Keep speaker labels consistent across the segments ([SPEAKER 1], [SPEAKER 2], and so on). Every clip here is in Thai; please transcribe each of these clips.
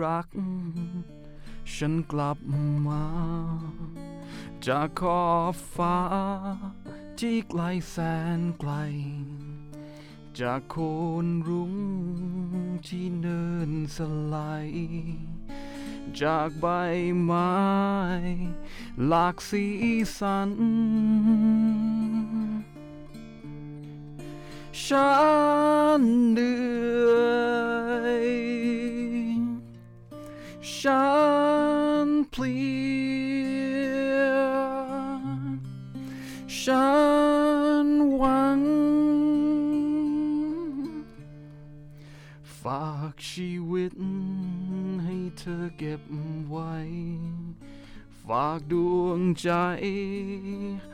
[SPEAKER 1] รัก ฉันกลับมา จากขอบฟ้า ที่ไกลแสนไกล จากโคนรุ้งที่เนินสลายจากใบไม้ หลากสีสัน ฉันเหนื่อยฉันเพลียฉันหวัง ฝากชีวิตให้เธอเก็บไว้ ฝากดวงใจ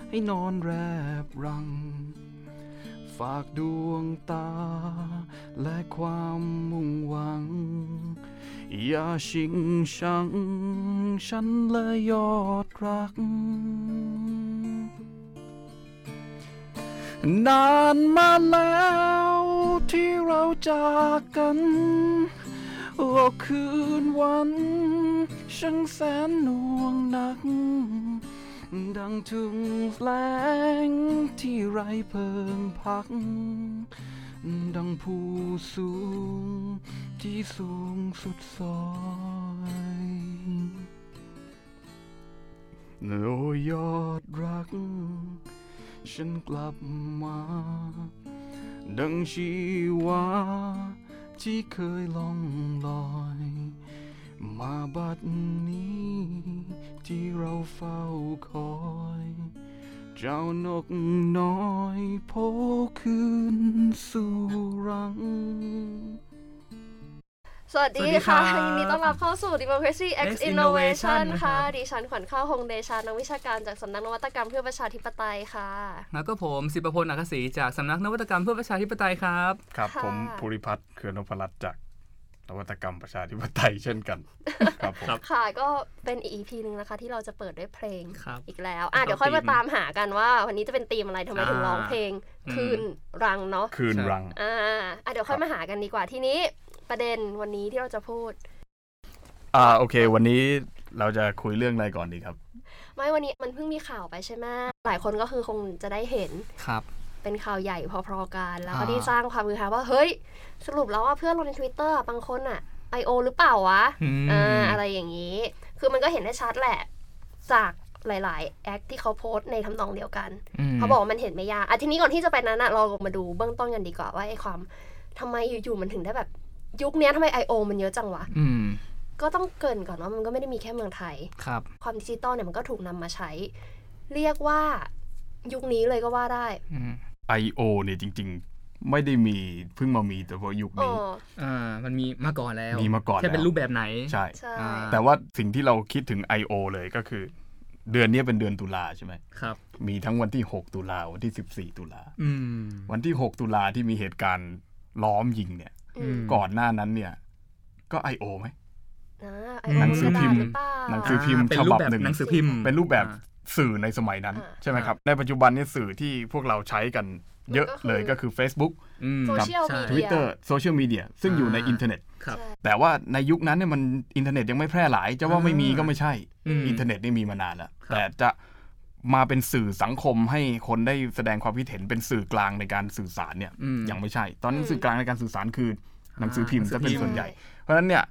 [SPEAKER 1] ให้นอนแรบรัง ฝากดวงตา และความมุ่งหวัง อย่าชิงชัง ฉันและยอดรัก นานมาแล้วที่เราจากกัน โอ้คืนวันช่างแสนหน่วงหนัก ดังถึงแหลงที่ไรเพิงพัก ดังภูสูงที่สูงสุดซอย โอ้ยอดรัก ฉันกลับมา ดังชีวา ที่เคยล่องลอย มาบัดนี้ ที่เราเฝ้าคอย เจ้านกน้อยโผล่คืนสู่รัง
[SPEAKER 2] สวัสดี
[SPEAKER 1] สวัสดีครับ
[SPEAKER 2] ค่ะยินดีต้อนรับเข้าสู่ Democracy X
[SPEAKER 1] X
[SPEAKER 2] Innovation
[SPEAKER 1] Innovation
[SPEAKER 2] ค่ะ
[SPEAKER 1] นะครับ
[SPEAKER 2] ดิฉันขวัญข้าวหงเดชานักวิชาการจากสำนักนวัตกรรมเพื่อประชาธิปไตยค่ะ
[SPEAKER 3] แล้วก็ผมสิบประพลอักษีจากสำนักนวัตกรรมเพื่อประชาธิปไตยครับ
[SPEAKER 4] ครับ
[SPEAKER 2] ค่ะ
[SPEAKER 4] ผมภูริพัฒน์เขือนพรัตน์จากนวัตกรรมประชาธิปไตยเช่นกัน ครับผม
[SPEAKER 2] ค่ะก็เป็นอีก EP หนึ่งนะคะ ที่เราจะเปิดด้วยเพลง
[SPEAKER 3] ครับ
[SPEAKER 2] อีกแล้ว อ่ะ
[SPEAKER 3] ครับ
[SPEAKER 2] เดี๋ยวค่อยมา
[SPEAKER 3] ธีม
[SPEAKER 2] ตามหากันว่า วันนี้จะเป็นธีมอะไรทำไมถึงร้องเพลง
[SPEAKER 3] อ่า
[SPEAKER 2] คืนรังเนาะ
[SPEAKER 4] คืนรัง
[SPEAKER 2] อ่าอ่ะเดี๋ยวค่อยมาหากันดีกว่าทีนี้ประเด็นวันนี้ที่เราจะพูด
[SPEAKER 4] อ่าโอเค วันนี้เราจะคุยเรื่องอะไรก่อนดีครับ
[SPEAKER 2] ไม่วันนี้มันเพิ่งมีข่าวไปใช่ไหมหลายคนก็คือคงจะได้เห็น
[SPEAKER 3] ครับ
[SPEAKER 2] เป็นข่าวใหญ่พอๆกันแล้วก็
[SPEAKER 3] อ่า
[SPEAKER 2] ที่สร้างความมือฮาว่า เฮ้ย สรุปแล้วว่าเพื่อนเราในทวิตเตอร์บางคนอะไอโอหรือเปล่าวะ
[SPEAKER 3] ม
[SPEAKER 2] อ่าอะไรอย่างนี้ คือมันก็เห็นได้ชัดแหละ จากหลายๆ แอคที่เขาโพสต์ในทำนองเดียวกัน
[SPEAKER 3] อืม
[SPEAKER 2] เขาบอกว่ามันเห็นไม่ยากอ่ะทีนี้ก่อนที่จะไปนั้นอะเราลงมาดูเบื้องต้นกันดีกว่าว่าไอความทำไมอยู่ๆมันถึงได้แบบ ยุคเนี้ยทำไม I.O. มันเยอะจังวะ
[SPEAKER 3] อืม
[SPEAKER 2] ก็ต้องเกรินก่อนว่ามันก็ไม่ได้มีแค่เมืองไทย
[SPEAKER 3] ครับ
[SPEAKER 2] ความดิจิตอลเนี่ยมันก็ถูกนำมาใช้ เรียกว่ายุคนี้เลยก็ว่าได้
[SPEAKER 3] อืม
[SPEAKER 4] I.O. เนี่ยจริง ๆ ไม่ได้มีเพิ่งมามีแต่ว่ายุค
[SPEAKER 2] เอ
[SPEAKER 4] นี้
[SPEAKER 2] อ
[SPEAKER 3] อ่ามันมีมาก่อนแล้ว
[SPEAKER 4] มีมาก่อนแล้ว
[SPEAKER 3] แค่เป็นรูปแบบไหน
[SPEAKER 4] ใช่
[SPEAKER 2] ใช่
[SPEAKER 3] อ่า
[SPEAKER 4] แต่ว่าสิ่งที่เราคิดถึง I.O. เลยก็คือ เดือนนี้เป็นเดือนตุลาใช่ไหม
[SPEAKER 3] ครับ
[SPEAKER 4] มีทั้งวันที่ 6 ตุลาวันที่ 14 ตุลา
[SPEAKER 3] อืม
[SPEAKER 4] วันที่ 6 ตุลาที่มีเหตุการณ์ล้อมยิงเนี่ย
[SPEAKER 2] อืม
[SPEAKER 4] ก่อนหน้านั้นเนี่ย ก็ I.O. ไหม
[SPEAKER 2] นะไอ
[SPEAKER 3] หนั
[SPEAKER 2] โอง น
[SPEAKER 3] สื
[SPEAKER 2] ก
[SPEAKER 3] อ
[SPEAKER 2] ระ
[SPEAKER 3] พิ
[SPEAKER 2] ดาม ษ
[SPEAKER 3] พ์
[SPEAKER 2] หรือเปล่า
[SPEAKER 4] หนังสือ พิมพ์
[SPEAKER 3] าเป็น
[SPEAKER 4] ฉ
[SPEAKER 3] รู
[SPEAKER 4] บับ
[SPEAKER 3] ปแบบ
[SPEAKER 4] หนึ่ง
[SPEAKER 3] หนังสือพิมพ์
[SPEAKER 4] เป็นรูปแบบ
[SPEAKER 3] อ่า
[SPEAKER 4] สื่อในสมัยนั้น
[SPEAKER 2] อ่า
[SPEAKER 4] ใช่ไหมครับ ในปัจจุบันนี่สื่อที่พวกเราใช้กันเยอะเลยก็คือ Facebook
[SPEAKER 3] อืม
[SPEAKER 2] โซเชียล
[SPEAKER 3] ใ
[SPEAKER 2] มีเดีย
[SPEAKER 4] Twitter โซเชียลมีเดียซึ่งอยู่ในอินเทอร์เน็ต
[SPEAKER 3] ครับ
[SPEAKER 2] ใช่
[SPEAKER 4] แต่ว่าในยุคนั้นเนี่ยมันอินเทอร์เน็ตยังไม่แพร่หลายจะว่าไม่มีก็ไม่ใช่
[SPEAKER 3] อืม
[SPEAKER 4] อินเทอร์เน็ตนี่มีมานานแล้ว
[SPEAKER 3] ครับ
[SPEAKER 4] แต่จะมาเป็นสื่อสังคมให้คนได้แสดงความคิดเห็นเป็นสื่อกลางในการสื่อสารเนี่ย
[SPEAKER 3] อืม
[SPEAKER 4] ยังไม่ใช่ ตอนนั้นสื่อกลางในการสื่อสารคือหนังสือพิมพ์
[SPEAKER 3] หนั
[SPEAKER 4] จะ
[SPEAKER 3] งสือ
[SPEAKER 4] เป็
[SPEAKER 3] พิ
[SPEAKER 4] น
[SPEAKER 3] มพ์
[SPEAKER 4] ส่วนใหญ่ เพราะฉะนั้นเนี่ย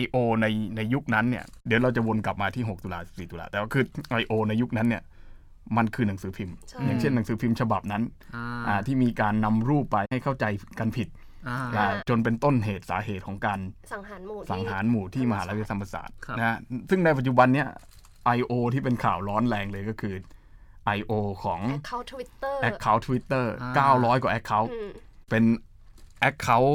[SPEAKER 4] I.O. ในในยุคนั้นเนี่ยเดี๋ยวเราจะวนกลับมาที่ 6 ตุลา14ตุลาแต่ว่าคือ I.O. ในยุคนั้นเนี่ยมันคือหนังสือพิมพ์
[SPEAKER 2] ใช่
[SPEAKER 4] อย่างเช่นหนังสือพิมพ์ฉบับนั้น
[SPEAKER 3] อ่า
[SPEAKER 4] อ่าที่มีการนำรูปไปให้เข้าใจกันผิด
[SPEAKER 3] อ่า
[SPEAKER 4] อ่าจนเป็นต้นเหตุสาเหตุของการ
[SPEAKER 2] สังหารหมู่ที่
[SPEAKER 4] สังหารหมู่ที่มหาวิทยาลัยธรรมศาสตร์
[SPEAKER 3] ครับ
[SPEAKER 4] นะฮะซึ่งในปัจจุบันเนี่ย I.O. ที่เป็นข่าวร้อนแรงเลยก็คือ I.O. ของ
[SPEAKER 2] account Twitter
[SPEAKER 4] Account Twitter
[SPEAKER 3] อ่า
[SPEAKER 4] 900 กว่า Account
[SPEAKER 2] อืม
[SPEAKER 4] เป็น Account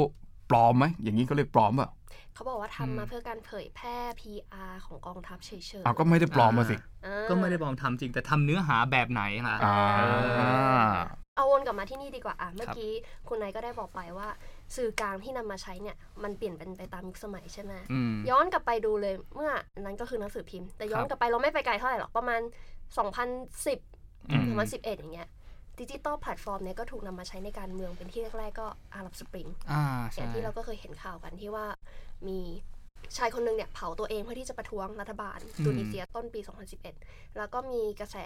[SPEAKER 4] ปลอมไหมอย่างนี้ก็เรียกปลอมเปล่า
[SPEAKER 2] เขาบอกว่าทำมาเพื่อการเผยแพร่ PR ของกองทัพเฉยๆ
[SPEAKER 4] อ้าวก็ไม่ได้ปลอมมาสิ
[SPEAKER 2] อ่า
[SPEAKER 3] ก็ไม่ได้ปลอมทำจริงแต่ทำเนื้อหาแบบไหนล่ะ
[SPEAKER 4] อ่า
[SPEAKER 2] เอาวนกลับมาที่นี่ดีกว่าอ่ะเมื่อ
[SPEAKER 3] ครับ
[SPEAKER 2] กี้คุณนายก็ได้บอกไปว่า สื่อกลางที่นำมาใช้เนี่ย มันเปลี่ยนเป็นไปตามยุคสมัยใช่ไหม
[SPEAKER 3] อืม
[SPEAKER 2] ย้อนกลับไปดูเลยเมื่อนั้นก็คือหนังสือพิมพ์ แต่ย้อน
[SPEAKER 3] ครับ
[SPEAKER 2] กลับไปเราไม่ไปไกลเท่าไหร่หรอกประมาณ 2010
[SPEAKER 3] อืม
[SPEAKER 2] 2011 อย่างเงี้ยดิจิตอลแพลตฟอร์มเนี่ยก็ถูกนำมาใช้ในการเมืองเป็นที่แรกๆก็อารับสปริง
[SPEAKER 3] อ่า
[SPEAKER 2] อ
[SPEAKER 3] ใช่
[SPEAKER 2] ย่างที่เราก็เคยเห็นข่าวกันที่ว่ามี ชายคนหนึ่งเนี่ยเผาตัวเองเพื่อที่จะประท้วงรัฐบาล
[SPEAKER 3] อืม
[SPEAKER 2] ตุนิเซียต้นปี 2011 แล้วก็มีกระแส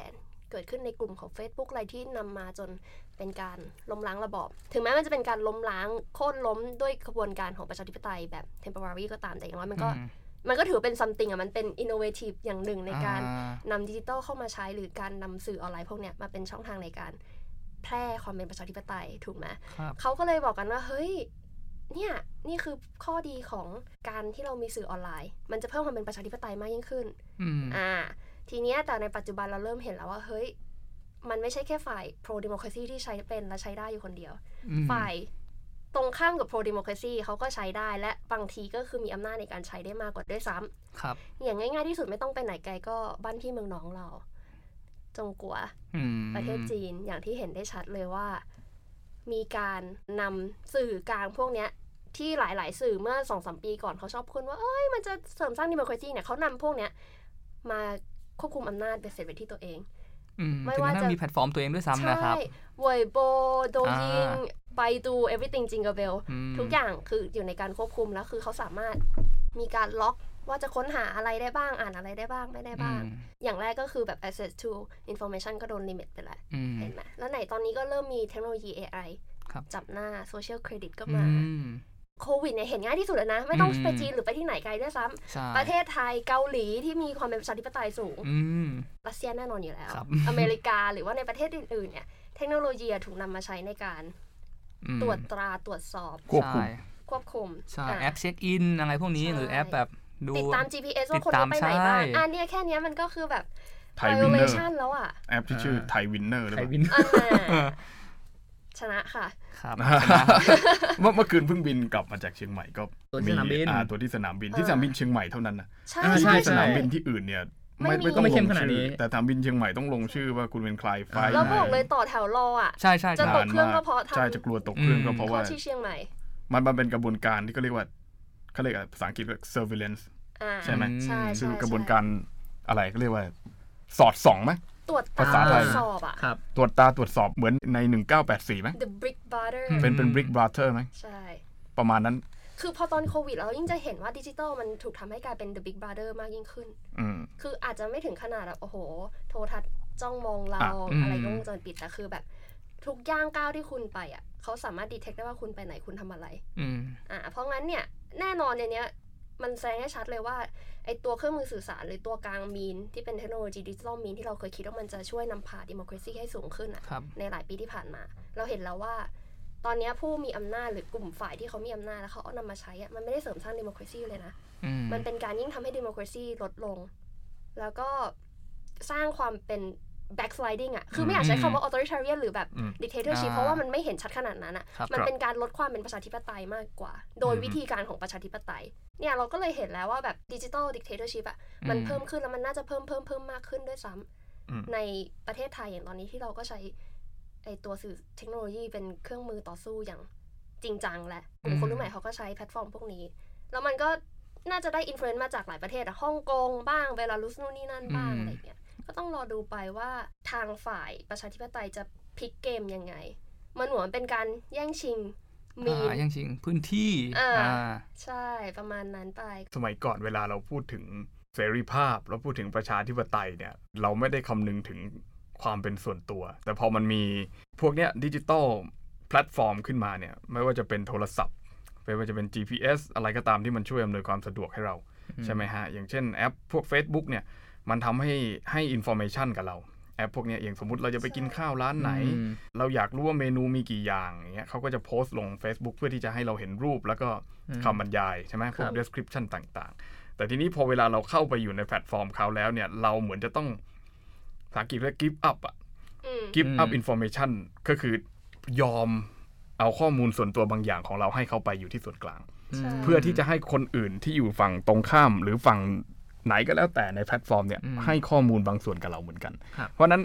[SPEAKER 2] เกิดขึ้นในกลุ่มของ Facebook อะไรที่นำมาจนเป็นการล้มล้างระบอบ ถึงแม้มันจะเป็นการล้มล้างโค่นล้มด้วยกระบวนการของประชาธิปไตยแบบ temporary ก็ตามแต่อย่างน้อยมันก็
[SPEAKER 3] อืม
[SPEAKER 2] มันก็ถือเป็น something อ่ะมันเป็น innovative อย่างหนึ่งในการ
[SPEAKER 4] อ่าน
[SPEAKER 2] ำดิจิตอลเข้ามาใช้หรือการนำสื่อออนไลน์พวกเนี้ยมาเป็นช่องทางในการแพร่ความเป็นประชาธิปไตยถูกไหม
[SPEAKER 3] ครับ
[SPEAKER 2] เขาก็เลยบอกกันว่าเฮ้ยเนี่ยนี่คือข้อดีของการที่เรามีสื่อออนไลน์ มันจะเพิ่มความเป็นประชาธิปไตยมากยิ่งขึ้น
[SPEAKER 3] อืม
[SPEAKER 2] อ่า ทีเนี้ยแต่ในปัจจุบันเราเริ่มเห็นแล้วว่าเฮ้ยมันไม่ใช่แค่ฝ่าย pro democracy ที่ใช้เป็นและใช้ได้อยู่คนเดียว
[SPEAKER 3] อืม
[SPEAKER 2] ฝ่ายตรงข้ามกับ pro democracy เขาก็ใช้ได้และบางทีก็คือมีอำนาจในการใช้ได้มากกว่าด้วยซ้ำ
[SPEAKER 3] ครับ
[SPEAKER 2] อย่างง่ายๆที่สุดไม่ต้องไปไหนไกลก็บ้านพี่เมืองน้องเรา จงกัว
[SPEAKER 3] อืม
[SPEAKER 2] ประเทศจีนอย่างที่เห็นได้ชัดเลยว่า มีการนำสื่อกลางพวกเนี้ย ที่หลาย ๆ สื่อเมื่อสองสมปีก่อนเขาชอบพูดว่า เอ้ยมันจะเสริมสร้างดิม o คร a ซีเนี่ยเขานำพวกเนี้ย มาควบคุมอำนาจเป็นเสร็จไปที่ตัวเอง
[SPEAKER 3] อืม
[SPEAKER 2] ไม่
[SPEAKER 3] ถึง
[SPEAKER 2] ว่า
[SPEAKER 3] แม้
[SPEAKER 2] จะ
[SPEAKER 3] มีแพลตฟอร์มตัวเองด้วยซ้ำนะครับ
[SPEAKER 2] ใช่เวยโบโดยิง
[SPEAKER 3] อ่า
[SPEAKER 2] ไปดู everything จิงเกอร์เบล
[SPEAKER 3] อืม
[SPEAKER 2] ทุกอย่างคืออยู่ในการควบคุมแล้วคือเขาสามารถมีการล็อกว่าจะค้นหาอะไรได้บ้างอ่านอะไรได้บ้างไม่ได้บ้าง
[SPEAKER 3] อืม
[SPEAKER 2] อย่างแรกก็คือแบบ access to information ก็โดน limit ไปแล้ว
[SPEAKER 3] อืม
[SPEAKER 2] เห็นไหมแล้วไหนตอนนี้ก็เริ่มมีเทคโนโลยี AI
[SPEAKER 3] ครับ
[SPEAKER 2] จับหน้า social credit ก็
[SPEAKER 3] อื
[SPEAKER 2] มาม โควิดเนี่ยเห็นง่ายที่สุดแล้วนะ ไม่ต้อง
[SPEAKER 3] อืม
[SPEAKER 2] ไปจีนหรือไปที่ไหนไกลด้วยซ้ำ
[SPEAKER 3] ใช่
[SPEAKER 2] ประเทศไทยเกาหลีที่มีความเป็นประชาธิปไตยสูง
[SPEAKER 3] อืม
[SPEAKER 2] รัสเซียแน่นอนอยู่แล้ว
[SPEAKER 3] ครับ
[SPEAKER 2] อเมริกาหรือว่าในประเทศอื่นๆเนี่ยเทคโนโลยีอะถูกนำมาใช้ในการ
[SPEAKER 3] อืม
[SPEAKER 2] ตรวจตราตรวจสอบ
[SPEAKER 4] ควบคุม
[SPEAKER 3] ใช่
[SPEAKER 2] ควบคุม
[SPEAKER 3] ใช่
[SPEAKER 2] อ่ะ
[SPEAKER 3] แอปเช็คอินอะไรพวกนี้
[SPEAKER 2] ใช่
[SPEAKER 3] หรือแอปแบบดู
[SPEAKER 2] ติดตาม GPS
[SPEAKER 3] ติ
[SPEAKER 2] ว่า
[SPEAKER 3] ด
[SPEAKER 2] คน
[SPEAKER 3] ตาม
[SPEAKER 2] ไปไหนบ้าง
[SPEAKER 3] ใช่
[SPEAKER 2] อันเนี้ยแค่เนี้ยมันก็คือแบบ
[SPEAKER 4] ไทยวินเนอร์
[SPEAKER 2] violation แล้วอ่ะ
[SPEAKER 4] แอปที่ชื่อ
[SPEAKER 3] อ่า
[SPEAKER 4] ไทยวินเนอร์หรือ
[SPEAKER 3] ไท
[SPEAKER 4] เปล่า
[SPEAKER 3] ยวิน
[SPEAKER 2] อันน่ะชนะค่ะ
[SPEAKER 3] ครับ
[SPEAKER 4] เมื่อเมื่อคืนเพิ่งบินกลับมาจากเชียงใหม่ก็
[SPEAKER 3] ตัวที่สนามบิน
[SPEAKER 4] อ่ตัวที่สนามบินที่
[SPEAKER 2] อ่า
[SPEAKER 4] สนามบินเชียงใหม่เท่านั้นนะ
[SPEAKER 2] ใช่
[SPEAKER 3] อ่า
[SPEAKER 4] ที่
[SPEAKER 3] ใช่
[SPEAKER 4] ที่สนามบินที่อื่นเนี่ยไม่
[SPEAKER 2] ไม่มี
[SPEAKER 4] ไม่ต้อง
[SPEAKER 3] ไม่
[SPEAKER 4] ล
[SPEAKER 3] เข้ม
[SPEAKER 4] ง
[SPEAKER 3] ขนาดนี้
[SPEAKER 4] ชื่อแต่สนามบินเชียงใหม่ต้องลงชื่อว่าคุณเป็นใครไฟล์
[SPEAKER 2] แล้ว
[SPEAKER 4] ไหน
[SPEAKER 2] บอกเลยต่อแถวรออ่ะ
[SPEAKER 3] ใช่ใช่
[SPEAKER 2] จะ
[SPEAKER 3] ค
[SPEAKER 2] ต
[SPEAKER 3] รับ
[SPEAKER 2] กเครื่องก็เพราะทำ
[SPEAKER 4] ใช่จะกลัวตกเครื่อง
[SPEAKER 3] อืม
[SPEAKER 4] ก็เพราะ
[SPEAKER 2] เพ
[SPEAKER 4] ว่า
[SPEAKER 2] ราะที่เชียงใหม่
[SPEAKER 4] มันมันเป็นกระบวนการที่เขาเรียกว่าเขาเรียกอะไรภาษาอังกฤษว่า surveillance
[SPEAKER 2] อ่า
[SPEAKER 4] ใช่ไหม
[SPEAKER 2] ใช่ใช่
[SPEAKER 4] คือกระบวนการอะไรเขาเรียกว่า สอดส่องไหม
[SPEAKER 2] ตรวจตา
[SPEAKER 4] ภาษาไท
[SPEAKER 2] ตร
[SPEAKER 4] ย
[SPEAKER 2] วจสอบอ่ะ
[SPEAKER 3] ครับ
[SPEAKER 4] ตรวจตาตรวจสอบเหมือนใน 1984ไหม
[SPEAKER 2] The Brick Butter
[SPEAKER 3] อืม
[SPEAKER 4] เป็นเป็น Big Brother ไหม
[SPEAKER 2] ใช่
[SPEAKER 4] ประมาณนั้น
[SPEAKER 2] คือพอตอนโควิดเรายิ่งจะเห็นว่าดิจิตอลมันถูกทำให้กลายเป็น The Big Brother มากยิ่งขึ้น
[SPEAKER 4] อืม
[SPEAKER 2] คืออาจจะไม่ถึงขนาดแบบโอ้โห โทรทัศน์จ้องมองเรา
[SPEAKER 4] อ่ะ
[SPEAKER 3] อืม
[SPEAKER 2] อะไรก็วงจรปิดแต่คือแบบ ทุกย่างก้าวที่คุณไปอ่ะเขาสามารถดีเทคได้ว่าคุณไปไหนคุณทำอะไร
[SPEAKER 3] อืม
[SPEAKER 2] อ่าเพราะงั้นเนี่ยแน่นอนในเนี้ยมันแสดงให้ชัดเลยว่าไอตัวเครื่องมือสื่อสารหรือตัวกลางมีน ที่เป็นเทคโนโลยีดิจิทัลมีนที่เราเคยคิดว่ามันจะช่วยนำพาดิโมคร a ซีให้สูงขึ้นอะ
[SPEAKER 3] ครับ
[SPEAKER 2] ในหลายปีที่ผ่านมา เราเห็นแล้วว่า ตอนเนี้ยผู้มีอำนาจหรือกลุ่มฝ่ายที่เขามีอำนาจแล้วเขาเอานำมาใช้อะมันไม่ได้เสริมสร้างดิโมคร a ซีเลยนะ
[SPEAKER 3] อืม
[SPEAKER 2] มันเป็นการยิ่งทำให้ดิโมคร a ซีลดลง แล้วก็สร้างความเป็น backsliding อะคือไม่อยากใช้คำว่า authoritarian หรือแบบ
[SPEAKER 4] อืม
[SPEAKER 2] dictatorship
[SPEAKER 3] อ่า
[SPEAKER 2] เพราะว่ามันไม่เห็นชัดขนาดนั้นอะ
[SPEAKER 3] ครับ
[SPEAKER 2] มันเป็นการลดความเป็นประชาธิปไตยมากกว่า โดย
[SPEAKER 4] อืม
[SPEAKER 2] วิธีการของประชาธิปไตย เนี่ยเราก็เลยเห็นแล้วว่าแบบ digital dictatorship อะมันเพิ่มขึ้นแล้วมันน่าจะเพิ่มเพิ่มเพิ่มมากขึ้นด้วยซ้ำ
[SPEAKER 4] อืม
[SPEAKER 2] ในประเทศไทยอย่างตอนนี้ที่เราก็ใช้ไอตัวสื่อเทคโนโลยีเป็นเครื่องมือต่อสู้อย่างจริงจังแหละกลุ่มคนรุ่นใหม่เขาก็ใช้แพลตฟอร์มพวกนี้ แล้วมันก็น่าจะได้อิ f ฟลูเอนซ์มาจากหลายประเทศอะฮ่องกงบ้างเบลารุสนู่นนี่นั่นบ้าง
[SPEAKER 3] อืม
[SPEAKER 2] อะไรเงี้ย ก็ต้องรอดูไปว่าทางฝ่ายประชาธิปไตยจะพลิกเกมยังไง มันเหมือนเป็นการแย่งชิงมีน
[SPEAKER 3] อ่ายังจริงพื้นที่
[SPEAKER 2] อ่า
[SPEAKER 3] อ่า
[SPEAKER 2] ใช่ประมาณนั้นไป
[SPEAKER 4] สมัยก่อนเวลาเราพูดถึงเสรีภาพ เราพูดถึงประชาธิปไตยเนี่ย เราไม่ได้คำนึงถึงความเป็นส่วนตัว แต่พอมันมีพวกเนี้ยดิจิตอลแพลตฟอร์มขึ้นมาเนี่ย ไม่ว่าจะเป็นโทรศัพท์ ไม่ว่าจะเป็น GPS อะไรก็ตามที่มันช่วยอำนวยความสะดวกให้เรา ใช่ไหมฮะ อย่างเช่นแอปพวก Facebook เนี่ย มันทำให้ให้อินโฟเมชันกับเรา แอปพวกเนี้ยอย่างสมมติเราจะไปกินข้าวร้านไหน
[SPEAKER 3] อืม
[SPEAKER 4] เราอยากรู้ว่าเมนูมีกี่อย่างอย่างเงี้ยเขาก็จะโพสต์ลง Facebook เพื่อที่จะให้เราเห็นรูปแล้วก็คำบรรยายใช่ไหมพว
[SPEAKER 3] ค
[SPEAKER 4] ก
[SPEAKER 3] รับ
[SPEAKER 4] description ต่างๆ แต่ทีนี้พอเวลาเราเข้าไปอยู่ในแพลตฟอร์มเขาแล้วเนี่ย เราเหมือนจะต้องภาษาอังกฤษเรียก give up อะ
[SPEAKER 2] อืม
[SPEAKER 4] give up
[SPEAKER 3] อืม
[SPEAKER 4] information ก็คือยอมเอาข้อมูลส่วนตัวบางอย่างของเราให้เข้าไปอยู่ที่ส่วนกลาง
[SPEAKER 2] ใช่
[SPEAKER 4] เพื่อที่จะให้คนอื่นที่อยู่ฝั่งตรงข้าม หรือฝั่งไหนก็แล้วแต่ในแพลตฟอร์มเนี่ย
[SPEAKER 3] อืม
[SPEAKER 4] ให้ข้อมูลบางส่วนกับเราเหมือนกัน
[SPEAKER 3] ครับ
[SPEAKER 4] เพราะฉะนั้น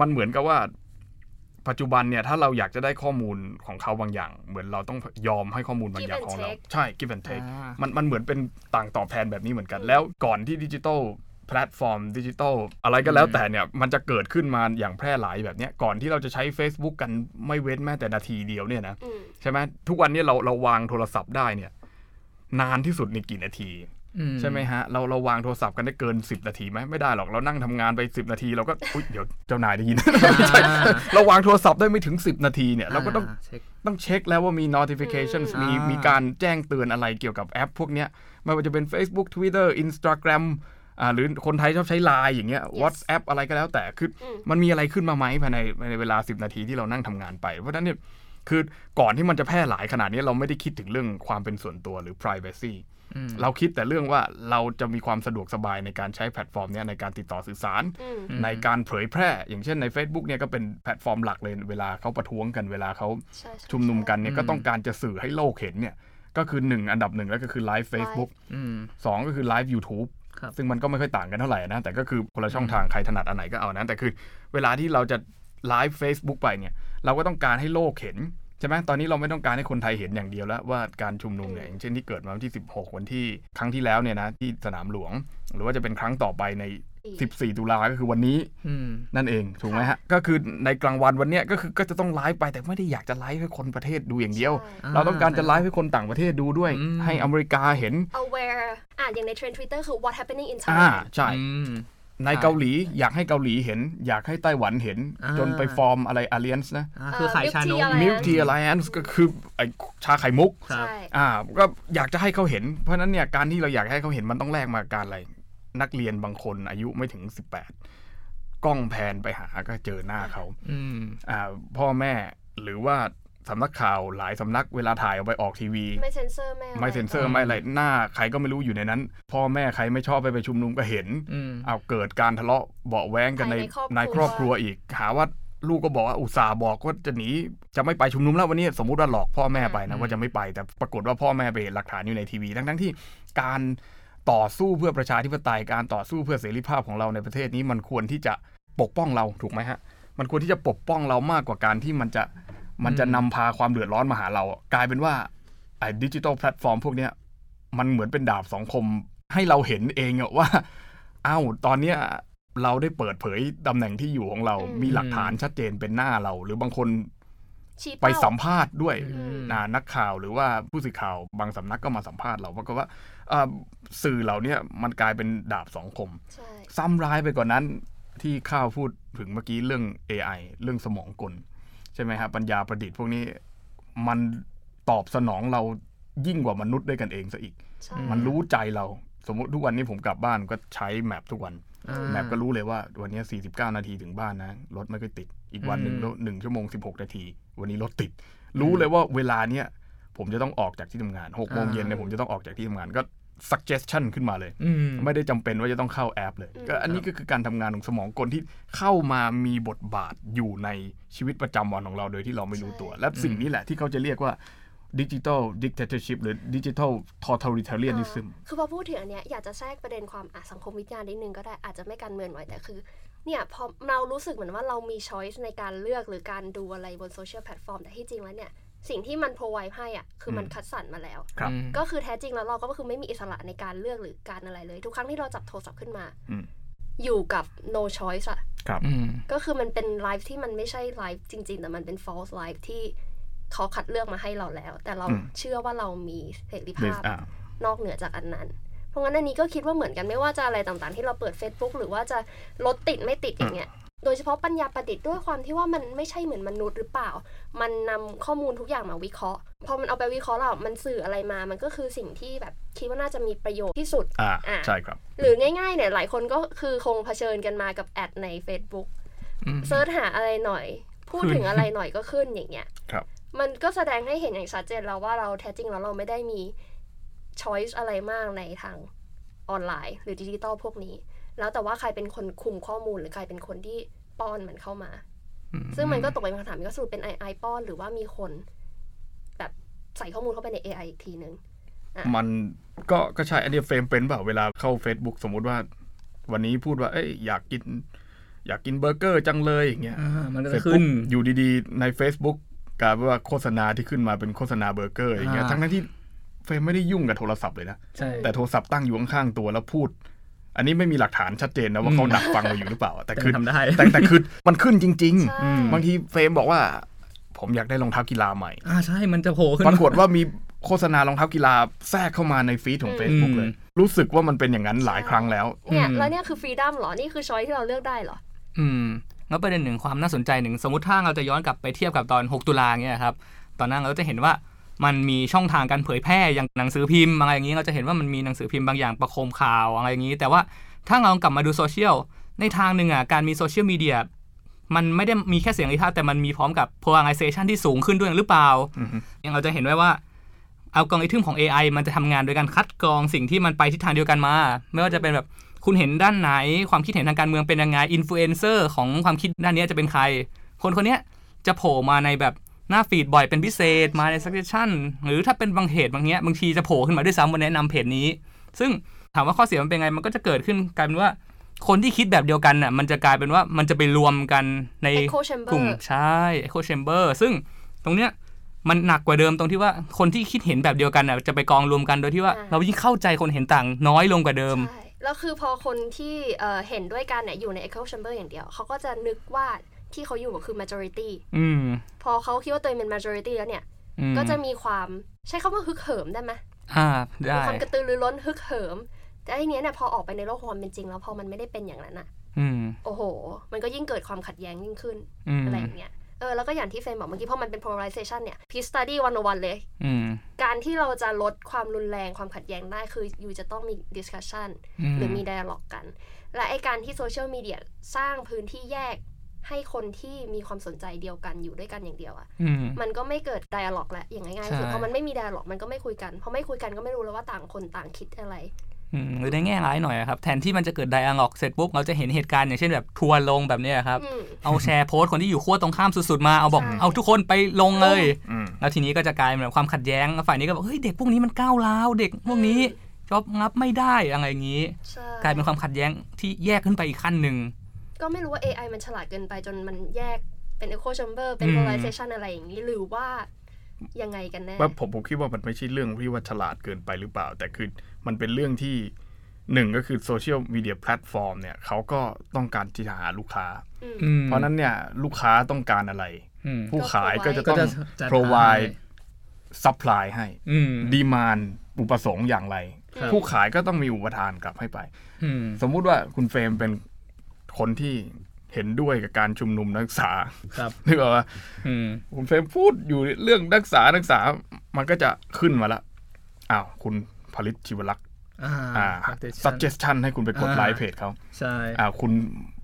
[SPEAKER 4] มันเหมือนกับว่า ปัจจุบันเนี่ยถ้าเราอยากจะได้ข้อมูลของเขาบางอย่าง เหมือนเราต้องยอมให้ข้อมูลบางอย่าง
[SPEAKER 2] Give and
[SPEAKER 4] ของเรา
[SPEAKER 2] take
[SPEAKER 4] ใช่ give and take
[SPEAKER 3] อ่า
[SPEAKER 4] มันมันเหมือนเป็นต่างตอบแทนแบบนี้เหมือนกัน แล้วก่อนที่ดิจิ t a ลแพลตฟอร์มดิจิทัลอะไรก็แล้วแต่เนี่ยมันจะเกิดขึ้นมาอย่างแพร่หลายแบบเนี้ยก่อนที่เราจะใช้ Facebook กันไม่เว้นแม้แต่นาทีเดียวเนี่ยนะ
[SPEAKER 2] อืม
[SPEAKER 4] ใช่ไหมทุกวันนี้เราเราวางโทรศัพท์ได้เนี่ย นานที่สุดในกี่นาที
[SPEAKER 3] อื
[SPEAKER 4] ใช่ไหมฮะ เราเราวางโทรศัพท์กันได้เกิน 10 นาทีไหมไม่ได้หรอกเรานั่งทำงานไป 10 นาทีเราก็ อุยเดี๋ยวเจ้านายได้ยิน ไม่ใช่
[SPEAKER 3] อ่า
[SPEAKER 4] เราวางโทรศัพท์ได้ไม่ถึง 10 นาทีเนี่ยเราก็ต้อง
[SPEAKER 3] เช็ค
[SPEAKER 4] ต้องเช็คแล้วว่ามี notifications
[SPEAKER 3] อืม
[SPEAKER 4] มี
[SPEAKER 3] อ่ามี
[SPEAKER 4] มีการแจ้งเตือนอะไรเกี่ยวกับแอปพวกเนี้ยไม่ว่าจะเป็น Facebook Twitter Instagram อ่าหรือคนไทยชอบใช้ Line อย่างเงี้ย
[SPEAKER 2] Yes
[SPEAKER 4] WhatsApp อะไรก็แล้วแต่คืออ
[SPEAKER 2] ม
[SPEAKER 4] มันมีอะไรขึ้นมาไหมภายในภายในเวลา 10 นาทีที่เรานั่งทำงานไป เพราะฉะนั้นเนี่ยคือก่อนที่มันจะแพร่หลายขนาดนี้เราไม่ได้คิดถึงเรื่องความเป็นส่วนตัวหรือ privacy
[SPEAKER 3] อืม
[SPEAKER 4] เราคิดแต่เรื่องว่าเราจะมีความสะดวกสบายในการใช้แพลตฟอร์มเนี้ยในการติดต่อสื่อสาร
[SPEAKER 2] อืม
[SPEAKER 3] อืม
[SPEAKER 4] ในการเผยแพร่ อย่างเช่นใน Facebook เนี่ยก็เป็นแพลตฟอร์มหลักเลยเวลาเขาประท้วงกันเวลาเขา
[SPEAKER 2] ใช่ใช่
[SPEAKER 4] ชุมนุมกันเนี่ย
[SPEAKER 3] ใช่
[SPEAKER 4] ก็ต้องการจะสื่อให้โลกเห็นเนี่ยก็คือหนึ่งอันดับหนึ่งแล้วก็คือไลฟ์ Facebook
[SPEAKER 3] อืม
[SPEAKER 4] สองก็คือไลฟ์ YouTube
[SPEAKER 3] ครับ
[SPEAKER 4] ซึ่งมันก็ไม่ค่อยต่างกันเท่าไหร่นะ แต่ก็คือคนละช่องทางใครถนัดอันไหนก็เอานะแต่คือเวลาที่เราจะไลฟ์ Facebook ไปเนี่ยเราก็ต้องการให้โลกเห็นใช่ไหมตอนนี้เราไม่ต้องการให้คนไทยเห็นอย่างเดียวแล้วว่าการชุมนุมเนี่ยอย่างเช่นที่เกิดมาวันที่ 16 วันที่ครั้งที่แล้วเนี่ยนะที่สนามหลวง หรือว่าจะเป็นครั้งต่อไปใน 14 ตุลาก็คือวันนี้
[SPEAKER 3] อืม
[SPEAKER 4] นั่นเองถูกไหมฮะ ก็คือในกลางวันวันเนี้ยก็คือก็จะต้องไลฟ์ไปแต่ไม่ได้อยากจะไลฟ์ให้คนประเทศดูอย่างเดียว
[SPEAKER 2] ใช่
[SPEAKER 3] อ่า
[SPEAKER 4] เราต้องการจะไลฟ์ให้คนต่างประเทศดูด้วย
[SPEAKER 3] อืม
[SPEAKER 4] ให้อเมริกาเห็น
[SPEAKER 2] aware อ่ะอย่างในเทรนด์ Twitter คือ what happening in
[SPEAKER 4] อ่า
[SPEAKER 2] Thailand
[SPEAKER 4] ใช่
[SPEAKER 3] อืม
[SPEAKER 4] ในเกาหลีอยากให้เกาหลีเห็น อยากให้ไต้หวันเห็น
[SPEAKER 3] อ่า
[SPEAKER 4] จนไปฟอร์มอะไร Alliance นะ
[SPEAKER 3] อ่าคือขายชานม
[SPEAKER 2] Alliance
[SPEAKER 4] มิวทีอ l ไ i แอนก็คือไอชาไข่มุก
[SPEAKER 3] ครับ
[SPEAKER 2] ใช่
[SPEAKER 4] อ่าก็อยากจะให้เขาเห็น เพราะฉะนั้นเนี่ยการที่เราอยากให้เขาเห็นมันต้องแลกมาการอะไร นักเรียนบางคนอายุไม่ถึง 18 กล้องแพนไปหาก็เจอหน้าเขา
[SPEAKER 3] อืม
[SPEAKER 4] อ่าพ่อแม่หรือว่าสำนักข่าวหลายสำนักเวลาถ่ายออกไปออกทีวี
[SPEAKER 2] ไม่เซนเซอร์แม่
[SPEAKER 4] ไม่เซ็นเซอร์ไม่อะไรหน้าใครก็ไม่รู้อยู่ในนั้น พ่อแม่ใครไม่ชอบไปไปชุมนุมก็เห็น
[SPEAKER 3] อืม
[SPEAKER 4] เอาเกิดการทะเลาะเบาะแว้งกันในในครอบครัวอีก หาว่าลูกก็บอกว่าอุตส่าห์บอกว่าจะหนีจะไม่ไปชุมนุมแล้ววันนี้สมมุติว่าหลอกพ่อแม่ไปนะว่าจะไม่ไปแต่ปรากฏว่าพ่อแม่ไปเห็นหลักฐานอยู่ในทีวีทั้งทั้งๆที่การต่อสู้เพื่อประชาธิปไตยการต่อสู้เพื่อเสรีภาพของเราในประเทศนี้มันควรที่จะปกป้องเราถูกไหมฮะ มันควรที่จะปกป้องเรามากกว่าการที่มันจะมันจะนำพาความเดือดร้อนมาหาเรา กลายเป็นว่าไอ้ดิจิทัลแพลตฟอร์มพวกเนี้ยมันเหมือนเป็นดาบสองคมให้เราเห็นเองอะว่า เอ้าตอนเนี้ยเราได้เปิดเผยตำแหน่งที่อยู่ของเรา มีหลักฐานชัดเจนเป็นหน้าเรา หรือบางคน
[SPEAKER 2] ชี้
[SPEAKER 4] ไป
[SPEAKER 2] เป้า
[SPEAKER 4] สัมภาษณ์ด้วย
[SPEAKER 3] อืม
[SPEAKER 4] นะนักข่าวหรือว่าผู้สื่อข่าวบางสำนักก็มาสัมภาษณ์เราเพราะว่าเอ่อสื่อเหล่าเนี้ยมันกลายเป็นดาบสองคม
[SPEAKER 2] ใช่
[SPEAKER 4] ซ้ำร้ายไปกว่านนั้นที่ข้าวพูดถึงเมื่อกี้เรื่อง AI เรื่องสมองกล ใช่ไหมครับปัญญาประดิษฐ์พวกนี้มันตอบสนองเรายิ่งกว่ามนุษย์ด้วยกันเองซะอีก
[SPEAKER 2] ใช่
[SPEAKER 4] มันรู้ใจเรา สมมติทุกวันนี้ผมกลับบ้านก็ใช้แมปทุกวัน
[SPEAKER 3] อ่า
[SPEAKER 4] แมปก็รู้เลยว่าวันนี้ 49 นาทีถึงบ้านนะ รถไม่ค่อยติด อีกวันหนึ่ง
[SPEAKER 3] อืม
[SPEAKER 4] รถหนึ่งชั่วโมง 16 นาที วันนี้รถติด รู้เลยว่าเวลาเนี้ยผมจะต้องออกจากที่ทำงาน6โมงเย็นเนี่ยผมจะต้องออกจากที่ทำงานก็ suggestion ขึ้นมาเลย
[SPEAKER 3] อืม
[SPEAKER 4] ไม่ได้จำเป็นว่าจะต้องเข้าแอปเลย
[SPEAKER 2] อืม
[SPEAKER 4] ก็อันนี้
[SPEAKER 3] ครับ
[SPEAKER 4] ก็คือการทำงานของสมองกลที่เข้ามามีบทบาทอยู่ในชีวิตประจำวันของเราโดยที่เราไม่รู้ตัว และสิ่งนี้แหละที่เขาจะเรียกว่าดิจิ t a ลดิ c เ a t o r s h i p หรือดิจิทัลทอ t ท r i t a r i a n i s m
[SPEAKER 2] อ่าคือพอพูดถึงอันเนี้ยอยากจะแทรกประเด็นความอ่ะสังคมวิทยานิดนึงก็ได้อาจจะไม่การเมืองไว้แต่คือ เนี่ยพอเรารู้สึกเหมือนว่าเรามีช้อยส์ในการเลือกหรือการดูอะไรบนโซเชียลแพลตฟอร์มแต่ที่จริงแล้วเนี่ย สิ่งที่มัน provide ให้อ่ะคือมันคัดสรรมาแล้ว
[SPEAKER 4] ครับ
[SPEAKER 3] อืม
[SPEAKER 2] ก็คือแท้จริงแล้วเราก็คือไม่มีอิสระในการเลือกหรือการอะไรเลย ทุกครั้งที่เราจับโทรศัพท์ขึ้นมา
[SPEAKER 4] อืม
[SPEAKER 2] อยู่กับ no choice อะ
[SPEAKER 3] อืม
[SPEAKER 2] ก็คือมันเป็นไลฟ์ที่มันไม่ใช่ไลฟ์จริง ๆ แต่มันเป็น false ไลฟ์ที่เขาคัดเลือกมาให้เราแล้ว แต่เรา
[SPEAKER 4] อืม
[SPEAKER 2] เชื่อว่าเรามีเสรีภาพ
[SPEAKER 4] อ่า
[SPEAKER 2] นอกเหนือจากอันนั้น เพราะงั้นอันนี้ก็คิดว่าเหมือนกันไม่ว่าจะอะไรต่างๆ ที่เราเปิด Facebook หรือว่าจะรถติดไม่ติดอย่างเงี้ย โดยเฉพาะปัญญาประดิษฐ์ด้วยความที่ว่ามันไม่ใช่เหมือนมนุษย์หรือเปล่า มันนำข้อมูลทุกอย่างมาวิเคราะห์ พอมันเอาไปวิเคราะห์แล้วมันสื่ออะไรมา มันก็คือสิ่งที่แบบคิดว่าน่าจะมีประโยชน์ที่สุด
[SPEAKER 4] อ่า
[SPEAKER 2] อ่า
[SPEAKER 4] ใช่ครับ
[SPEAKER 2] หรือง่ายๆเนี่ยหลายคนก็คือคงเผชิญกันมากับแอดใน Facebook
[SPEAKER 3] อืม
[SPEAKER 2] เซิร์ชหาอะไรหน่อย พูด
[SPEAKER 3] ขึ้น
[SPEAKER 2] ถึงอะไรหน่อยก็ขึ้นอย่างเงี้ย
[SPEAKER 4] ครับ
[SPEAKER 2] มันก็แสดงให้เห็นอย่างชัดเจนแล้วว่าเราแท้จริงแล้วเราไม่ได้มีช้อยส์อะไรมากในทางออนไลน์ หรือดิจิตอลพวกนี้ แล้วแต่ว่าใครเป็นคนคุมข้อมูลหรือใครเป็นคนที่ป้อนมันเข้ามา ซึ่งมันก็ตกเป็นคำถามก็สรุปเป็น AI ป้อนหรือว่ามีคน แบบใส่ข้อมูลเข้าไปใน AI อีกทีนึง
[SPEAKER 4] มันก็ก็ใช่อันนี้เฟรมเป็นเปล่าเวลาเข้า Facebook สมมุติว่า วันนี้พูดว่า เอ้ยอยากกิน อยากกินเบอร์เกอร์จังเลยอย่างเงี้ย
[SPEAKER 3] อ่ามันก็
[SPEAKER 4] เสร็
[SPEAKER 3] จะ
[SPEAKER 4] จ
[SPEAKER 3] ขึ้
[SPEAKER 4] ปุ๊
[SPEAKER 3] น
[SPEAKER 4] บอยู่ดีๆ ใน Facebook กลายเป็นว่าโฆษณาที่ขึ้นมาเป็นโฆษณาเบอร์เกอร์อย่างเงี้ย
[SPEAKER 3] อ่า
[SPEAKER 4] ทั้งๆที่เฟรมไม่ได้ยุ่งกับโทรศัพท์เลยนะ
[SPEAKER 3] ใช่
[SPEAKER 4] แต่โทรศัพท์ตั้งอยู่ข้างๆตัวแล้วพูด อันนี้ไม่มีหลักฐานชัดเจนนะว่าเขา
[SPEAKER 3] อืม
[SPEAKER 4] ดักฟังเราอยู่หรือเปล่า แต่คือ
[SPEAKER 3] ทำได้
[SPEAKER 4] แต่แต่คือมันขึ้นจริง
[SPEAKER 2] ใช่
[SPEAKER 4] ๆ บางทีเฟรมบอกว่า ผมอยากได้รองเท้ากีฬาใหม่
[SPEAKER 3] อ่าใช่มันจะโผล่ขึ้น
[SPEAKER 4] ปรากฏว่ามี โฆษณารองเท้ากีฬาแทรกเข้ามาในฟีดของ
[SPEAKER 2] อืม
[SPEAKER 4] Facebook เลย รู้สึกว่ามันเป็นอย่างนั้นหลายครั้งแล้ว
[SPEAKER 2] เนี่ย
[SPEAKER 3] อืม
[SPEAKER 2] แล้วเนี่ยคือฟรีดัมเหรอ นี่คือช้อยที่เราเลือกได้เหรอ
[SPEAKER 3] อืมแล้วประเด็นหนึ่งความน่าสนใจหนึ่งสมมติถ้าเราจะย้อนกลับไปเทียบกับตอน 6 ตุลาเนี่ยครับตอนนั้นเราจะเห็นว่ามันมีช่องทางการเผยแพร่อย่างหนังสือพิมพ์อะไรอย่างนี้เราจะเห็นว่ามันมีหนังสือพิมพ์บางอย่างประโคมข่าวอะไรอย่างนี้ แต่ว่าถ้าเรากลับมาดูโซเชียลในทางหนึ่งอ่ะการมีโซเชียลมีเดียมันไม่ได้มีแค่เสียงหรือภาพแต่มันมีพร้อมกับ polarization ที่สูงขึ้นด้วยหรือเปล่า อย่างเราจะเห็นไว้ว่าเอากองไอทึมของ AI มันจะทำงานโดยการคัดกรองสิ่งที่มันไปทิศทางเดียวกันมา ไม่ว่าจะเป็นแบบคุณเห็นด้านไหน ความคิดเห็นทางการเมืองเป็นยังไงอินฟลูเอนเซอร์ของความคิดด้านเนี้ยจะเป็นใคร คนคนเนี้ยจะโผล่มาในแบบหน้าฟีดบ่อยเป็นพิเศษมาใน suggestion หรือถ้าเป็นบางเพจบางเนี้ยบางทีจะโผล่ขึ้นมาด้วยซ้ำบนแนะนำเพจนี้ ซึ่งถามว่าข้อเสียมันเป็นไงมันก็จะเกิดขึ้นกลายเป็นว่า คนที่คิดแบบเดียวกันน่ะมันจะกลายเป็นว่ามันจะไปรวมกันใน
[SPEAKER 2] Echo Chamber
[SPEAKER 3] กลุ่มใช่ Echo Chamber ซึ่งตรงเนี้ย มันหนักกว่าเดิมตรงที่ว่าคนที่คิดเห็นแบบเดียวกันน่ะจะไปกองรวมกันโดยที่ว่า
[SPEAKER 2] อ่า
[SPEAKER 3] เรายิ่งเข้าใจคนเห็นต่างน้อยลงกว่าเดิม
[SPEAKER 2] ใช่ แล้วคือพอคนที่เอ่อเห็นด้วยกันเนี่ยอยู่ใน echo chamber อย่างเดียว เขาก็จะนึกว่าที่เขาอยู่คือ majority
[SPEAKER 3] อืม
[SPEAKER 2] พอเขาคิดว่าตัวเองเป็น majority แล้วเนี่ย
[SPEAKER 3] อืม
[SPEAKER 2] ก็จะมีความใช้คำว่าฮึกเหิมได้ไหม
[SPEAKER 3] อ่า
[SPEAKER 2] มี
[SPEAKER 3] ได้
[SPEAKER 2] ความกระตือรือร้นฮึกเหิม แต่ไอเนี้ยเนี่ยพอออกไปในโลกความเป็นจริงแล้วพอมันไม่ได้เป็นอย่างนั้นอะ
[SPEAKER 3] อืม
[SPEAKER 2] โอ้โห มันก็ยิ่งเกิดความขัดแย้งยิ่งขึ้น
[SPEAKER 3] อืม
[SPEAKER 2] อะไรอย่างเงี้ย เออ แล้วก็อย่างที่เฟรมบอกเมื่อกี้เพราะมันเป็น polarization เนี่ย peace study 101 เลย
[SPEAKER 3] อืม
[SPEAKER 2] การที่เราจะลดความรุนแรงความขัดแย้งได้คืออยู่จะต้องมี discussion หรือมี dialogue กัน และไอการที่โซเชียลมีเดียสร้างพื้นที่แยกให้คนที่มีความสนใจเดียวกันอยู่ด้วยกันอย่างเดียวอะ
[SPEAKER 3] อืม
[SPEAKER 2] มันก็ไม่เกิด dialogue และอย่างง่ายๆก็คือ
[SPEAKER 3] ใช่
[SPEAKER 2] พอมันไม่มี dialogue มันก็ไม่คุยกันพอไม่คุยกันก็ไม่รู้แล้วว่าต่างคนต่างคิดอะไร
[SPEAKER 3] อืมหรือในแง่ร้ายหน่อยอะครับ แทนที่มันจะเกิดไดอะล็อกเสร็จปุ๊บเราจะเห็นเหตุการณ์อย่างเช่นแบบทัวร์ลงแบบเนี้ยครับ
[SPEAKER 2] อืม
[SPEAKER 3] เอาแชร์โพสต์คนที่อยู่ขั้วตรงข้ามสุดๆมาเอาบอก
[SPEAKER 2] ใช่
[SPEAKER 3] เอาทุกคนไปลงเลย
[SPEAKER 4] อืม
[SPEAKER 3] แล้วทีนี้ก็จะกลายเป็นแบบความขัดแย้งแล้วฝ่ายนี้ก็บอกเฮ้ยเด็กพวกนี้มันก้าวร้าวเด็กพวกนี้ชอบงับไม่ได้อะไรอย่างนี้
[SPEAKER 2] ใช่
[SPEAKER 3] กลายเป็นความขัดแย้งที่แยกขึ้นไปอีกขั้นหนึ่ง
[SPEAKER 2] ก็ไม่รู้ว่า AI มันฉลาดเกินไปจนมันแยกเป็น echo chamber เป็น
[SPEAKER 3] อืม
[SPEAKER 2] polarization อะไรอย่างนี้หรือว่ายังไงกันแน่
[SPEAKER 4] ว่าผมผมคิดว่ามันไม่ใช่เรื่องที่ว่าฉลาดเกินไปหรือเปล่า แต่คือมันเป็นเรื่องที่หนึ่งก็คือโซเชียลมีเดียแพลตฟอร์มเนี่ยเขาก็ต้องการที่จะหาลูกค้า เพราะฉะนั้นเนี่ยลูกค้าต้องการอะไร
[SPEAKER 3] อืม
[SPEAKER 4] ผู้ขายก็จะ
[SPEAKER 2] ก็
[SPEAKER 4] ต้อง
[SPEAKER 5] จัดหา
[SPEAKER 4] provide
[SPEAKER 5] ให้
[SPEAKER 4] supply ให้
[SPEAKER 3] อืม
[SPEAKER 4] demand อุปสงค์อย่างไร
[SPEAKER 5] ครับ
[SPEAKER 4] ผู้ขายก็ต้องมีอุปทานกลับให้ไป
[SPEAKER 3] อืม
[SPEAKER 4] สมมุติว่าคุณเฟรมเป็นคนที่เห็นด้วยกับการชุมนุมนักศึกษา
[SPEAKER 5] ครับ
[SPEAKER 4] นึกออกปะ
[SPEAKER 3] อืม
[SPEAKER 4] คุณเฟรมพูดอยู่เรื่องนักศึกษานักศึกษามันก็จะขึ้นมาละอ้าวคุณผลิตชีวรักษ์
[SPEAKER 5] อ่า
[SPEAKER 4] อ่า
[SPEAKER 5] suggestion
[SPEAKER 4] suggestion ให้คุณไปกด
[SPEAKER 5] อ่า
[SPEAKER 4] ไลค์เพจเขา
[SPEAKER 5] ใช่
[SPEAKER 4] อ่า คุณ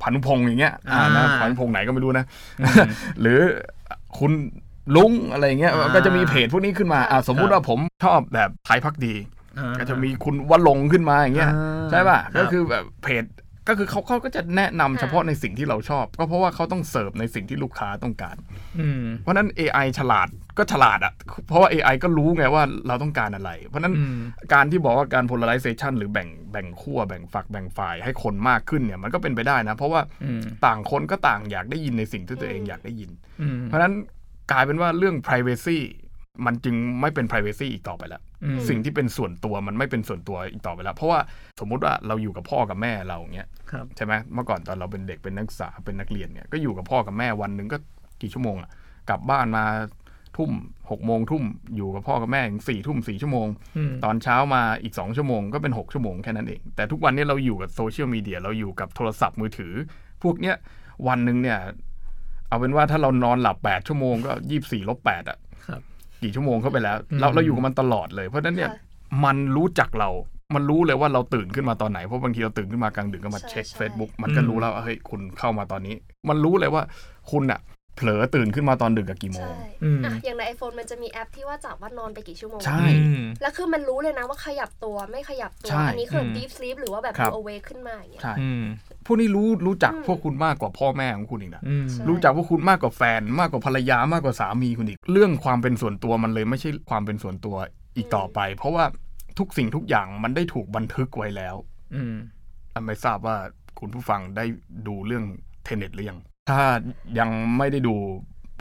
[SPEAKER 4] พันุพงศ์อย่างเงี้ยอ่า
[SPEAKER 5] อ่า
[SPEAKER 4] นะพันุพงศ์ไหนก็ไม่รู้นะ หรือคุณลุงอะไรเงี้ย
[SPEAKER 5] อ่ามั
[SPEAKER 4] มันก็จะมีเพจพวกนี้ขึ้นมาอ่าสมมุ
[SPEAKER 5] ค
[SPEAKER 4] ติ
[SPEAKER 5] รับ
[SPEAKER 4] ว่าผมชอบแบบไทยพักดี
[SPEAKER 5] อ่า
[SPEAKER 4] ก็จะมีคุณวลงค์ขึ้นมาอย่างเงี้ย
[SPEAKER 5] อ่า
[SPEAKER 4] ใช่ป่ะ
[SPEAKER 5] ครับ
[SPEAKER 4] ก็คือแบบเพจก็คือเขาเขาก็จะแนะนำ
[SPEAKER 2] อ่า
[SPEAKER 4] เฉพาะในสิ่งที่เราชอบ ก็เพราะว่าเขาต้องเสิร์ฟในสิ่งที่ลูกค้าต้องการ
[SPEAKER 3] อืม
[SPEAKER 4] เพราะฉะนั้น AI ฉลาดก็ฉลาดอะ่ะ เพราะว่า AI ก็รู้ไงว่าเราต้องการอะไร เพราะฉะนั้น
[SPEAKER 3] อืม
[SPEAKER 4] การที่บอกว่าการ polarization หรือแบ่งแบ่งขั้วแบ่งฝักแบ่งฝ่ายให้คนมากขึ้นเนี่ยมันก็เป็นไปได้นะ เพราะว่า
[SPEAKER 3] อืม
[SPEAKER 4] ต่างคนก็ต่างอยากได้ยินในสิ่งที่ตัวเองอยากได้ยิน
[SPEAKER 3] อืม
[SPEAKER 4] เพราะฉะนั้นกลายเป็นว่าเรื่อง privacy มันจึงไม่เป็น privacy อีกต่อไปแล้ว
[SPEAKER 3] อืม
[SPEAKER 4] สิ่งที่เป็นส่วนตัวมันไม่เป็นส่วนตัวอีกต่อไปแล้ว เพราะว่าสมมุติว่าเราอยู่กับพ่อกับแม่เราอย่างเงี้ย
[SPEAKER 5] ครับ
[SPEAKER 4] ใช่ไหมเมื่อก่อนตอนเราเป็นเด็กเป็นนักศึกษาเป็นนักเรียนเนี่ยก็อยู่กับพ่อกับแม่วันหนึ่งก็กี่ชั่วโมงอะกลับบ้านมาทุ่มหกโมงทุ่มอยู่กับพ่อกับแม่ถึงสี่ทุ่มสี่ชั่วโมง
[SPEAKER 5] อืม
[SPEAKER 4] ตอนเช้ามาอีก 2 ชั่วโมงก็เป็น 6 ชั่วโมงแค่นั้นเอง แต่ทุกวันนี้เราอยู่กับโซเชียลมีเดียเราอยู่กับโทรศัพท์มือถือ พวกเนี้ยวันหนึ่งเนี่ย เอาเป็นว่าถ้าเรานอนหลับ 8 ชั่วโมงก็ 24ลบ8อ่ะ
[SPEAKER 5] ครับ
[SPEAKER 4] กี่ชั่วโมงเข้าไปแล้ว เราเราอยู่กับมันตลอดเลย เพราะฉะนั้นเนี่ย
[SPEAKER 2] ค่ะ
[SPEAKER 4] มันรู้จักเรา มันรู้เลยว่าเราตื่นขึ้นมาตอนไหน เพราะบางทีเราตื่นขึ้นมากลางดึกก็มาเช็ค
[SPEAKER 2] ใช่
[SPEAKER 4] Facebook มันก็รู้แล้วว่าเฮ้ยคุณเข้ามาตอนนี้ มันรู้เลยว่าคุณอ่ะเผลอตื่นขึ้นมาตอนดึกกับกี่โม
[SPEAKER 2] ใช่
[SPEAKER 4] ง
[SPEAKER 5] อืม
[SPEAKER 2] อ่ะอย่างใน iPhone มันจะมีแอปที่ว่าจับว่านอนไปกี่ชั่วโมง
[SPEAKER 4] ใช่
[SPEAKER 3] อืม
[SPEAKER 2] แล้วคือมันรู้เลยนะว่าขยับตัวไม่ขยับตัว
[SPEAKER 4] ใช่
[SPEAKER 2] อันนี้คือ
[SPEAKER 3] อืม
[SPEAKER 2] deep sleep หรือว่าแบบ
[SPEAKER 4] ครับ
[SPEAKER 2] awake ขึ้นมาอย่างเงี้ย
[SPEAKER 4] ใช่
[SPEAKER 3] อืม
[SPEAKER 4] พวกนี้รู้รู้จัก
[SPEAKER 2] อืม
[SPEAKER 4] พวกคุณมากกว่าพ่อแม่ของคุณอีกนะ
[SPEAKER 3] อืม
[SPEAKER 2] ใช่
[SPEAKER 4] รู้จักว่าคุณมากกว่าแฟนมากกว่าภรรยามากกว่าสามีคุณอีก เรื่องความเป็นส่วนตัวมันเลยไม่ใช่ความเป็นส่วนตัวอีกต่อไป เพราะว่าทุกสิ่งทุกอย่างมันได้ถูกบันทึกไว้แล้ว
[SPEAKER 5] อืม
[SPEAKER 4] อ่ะไม่ทราบว่าคุณผู้ฟังได้ดูเรื่องเทเน็ตหรือยัง ถ้ายังไม่ได้ดู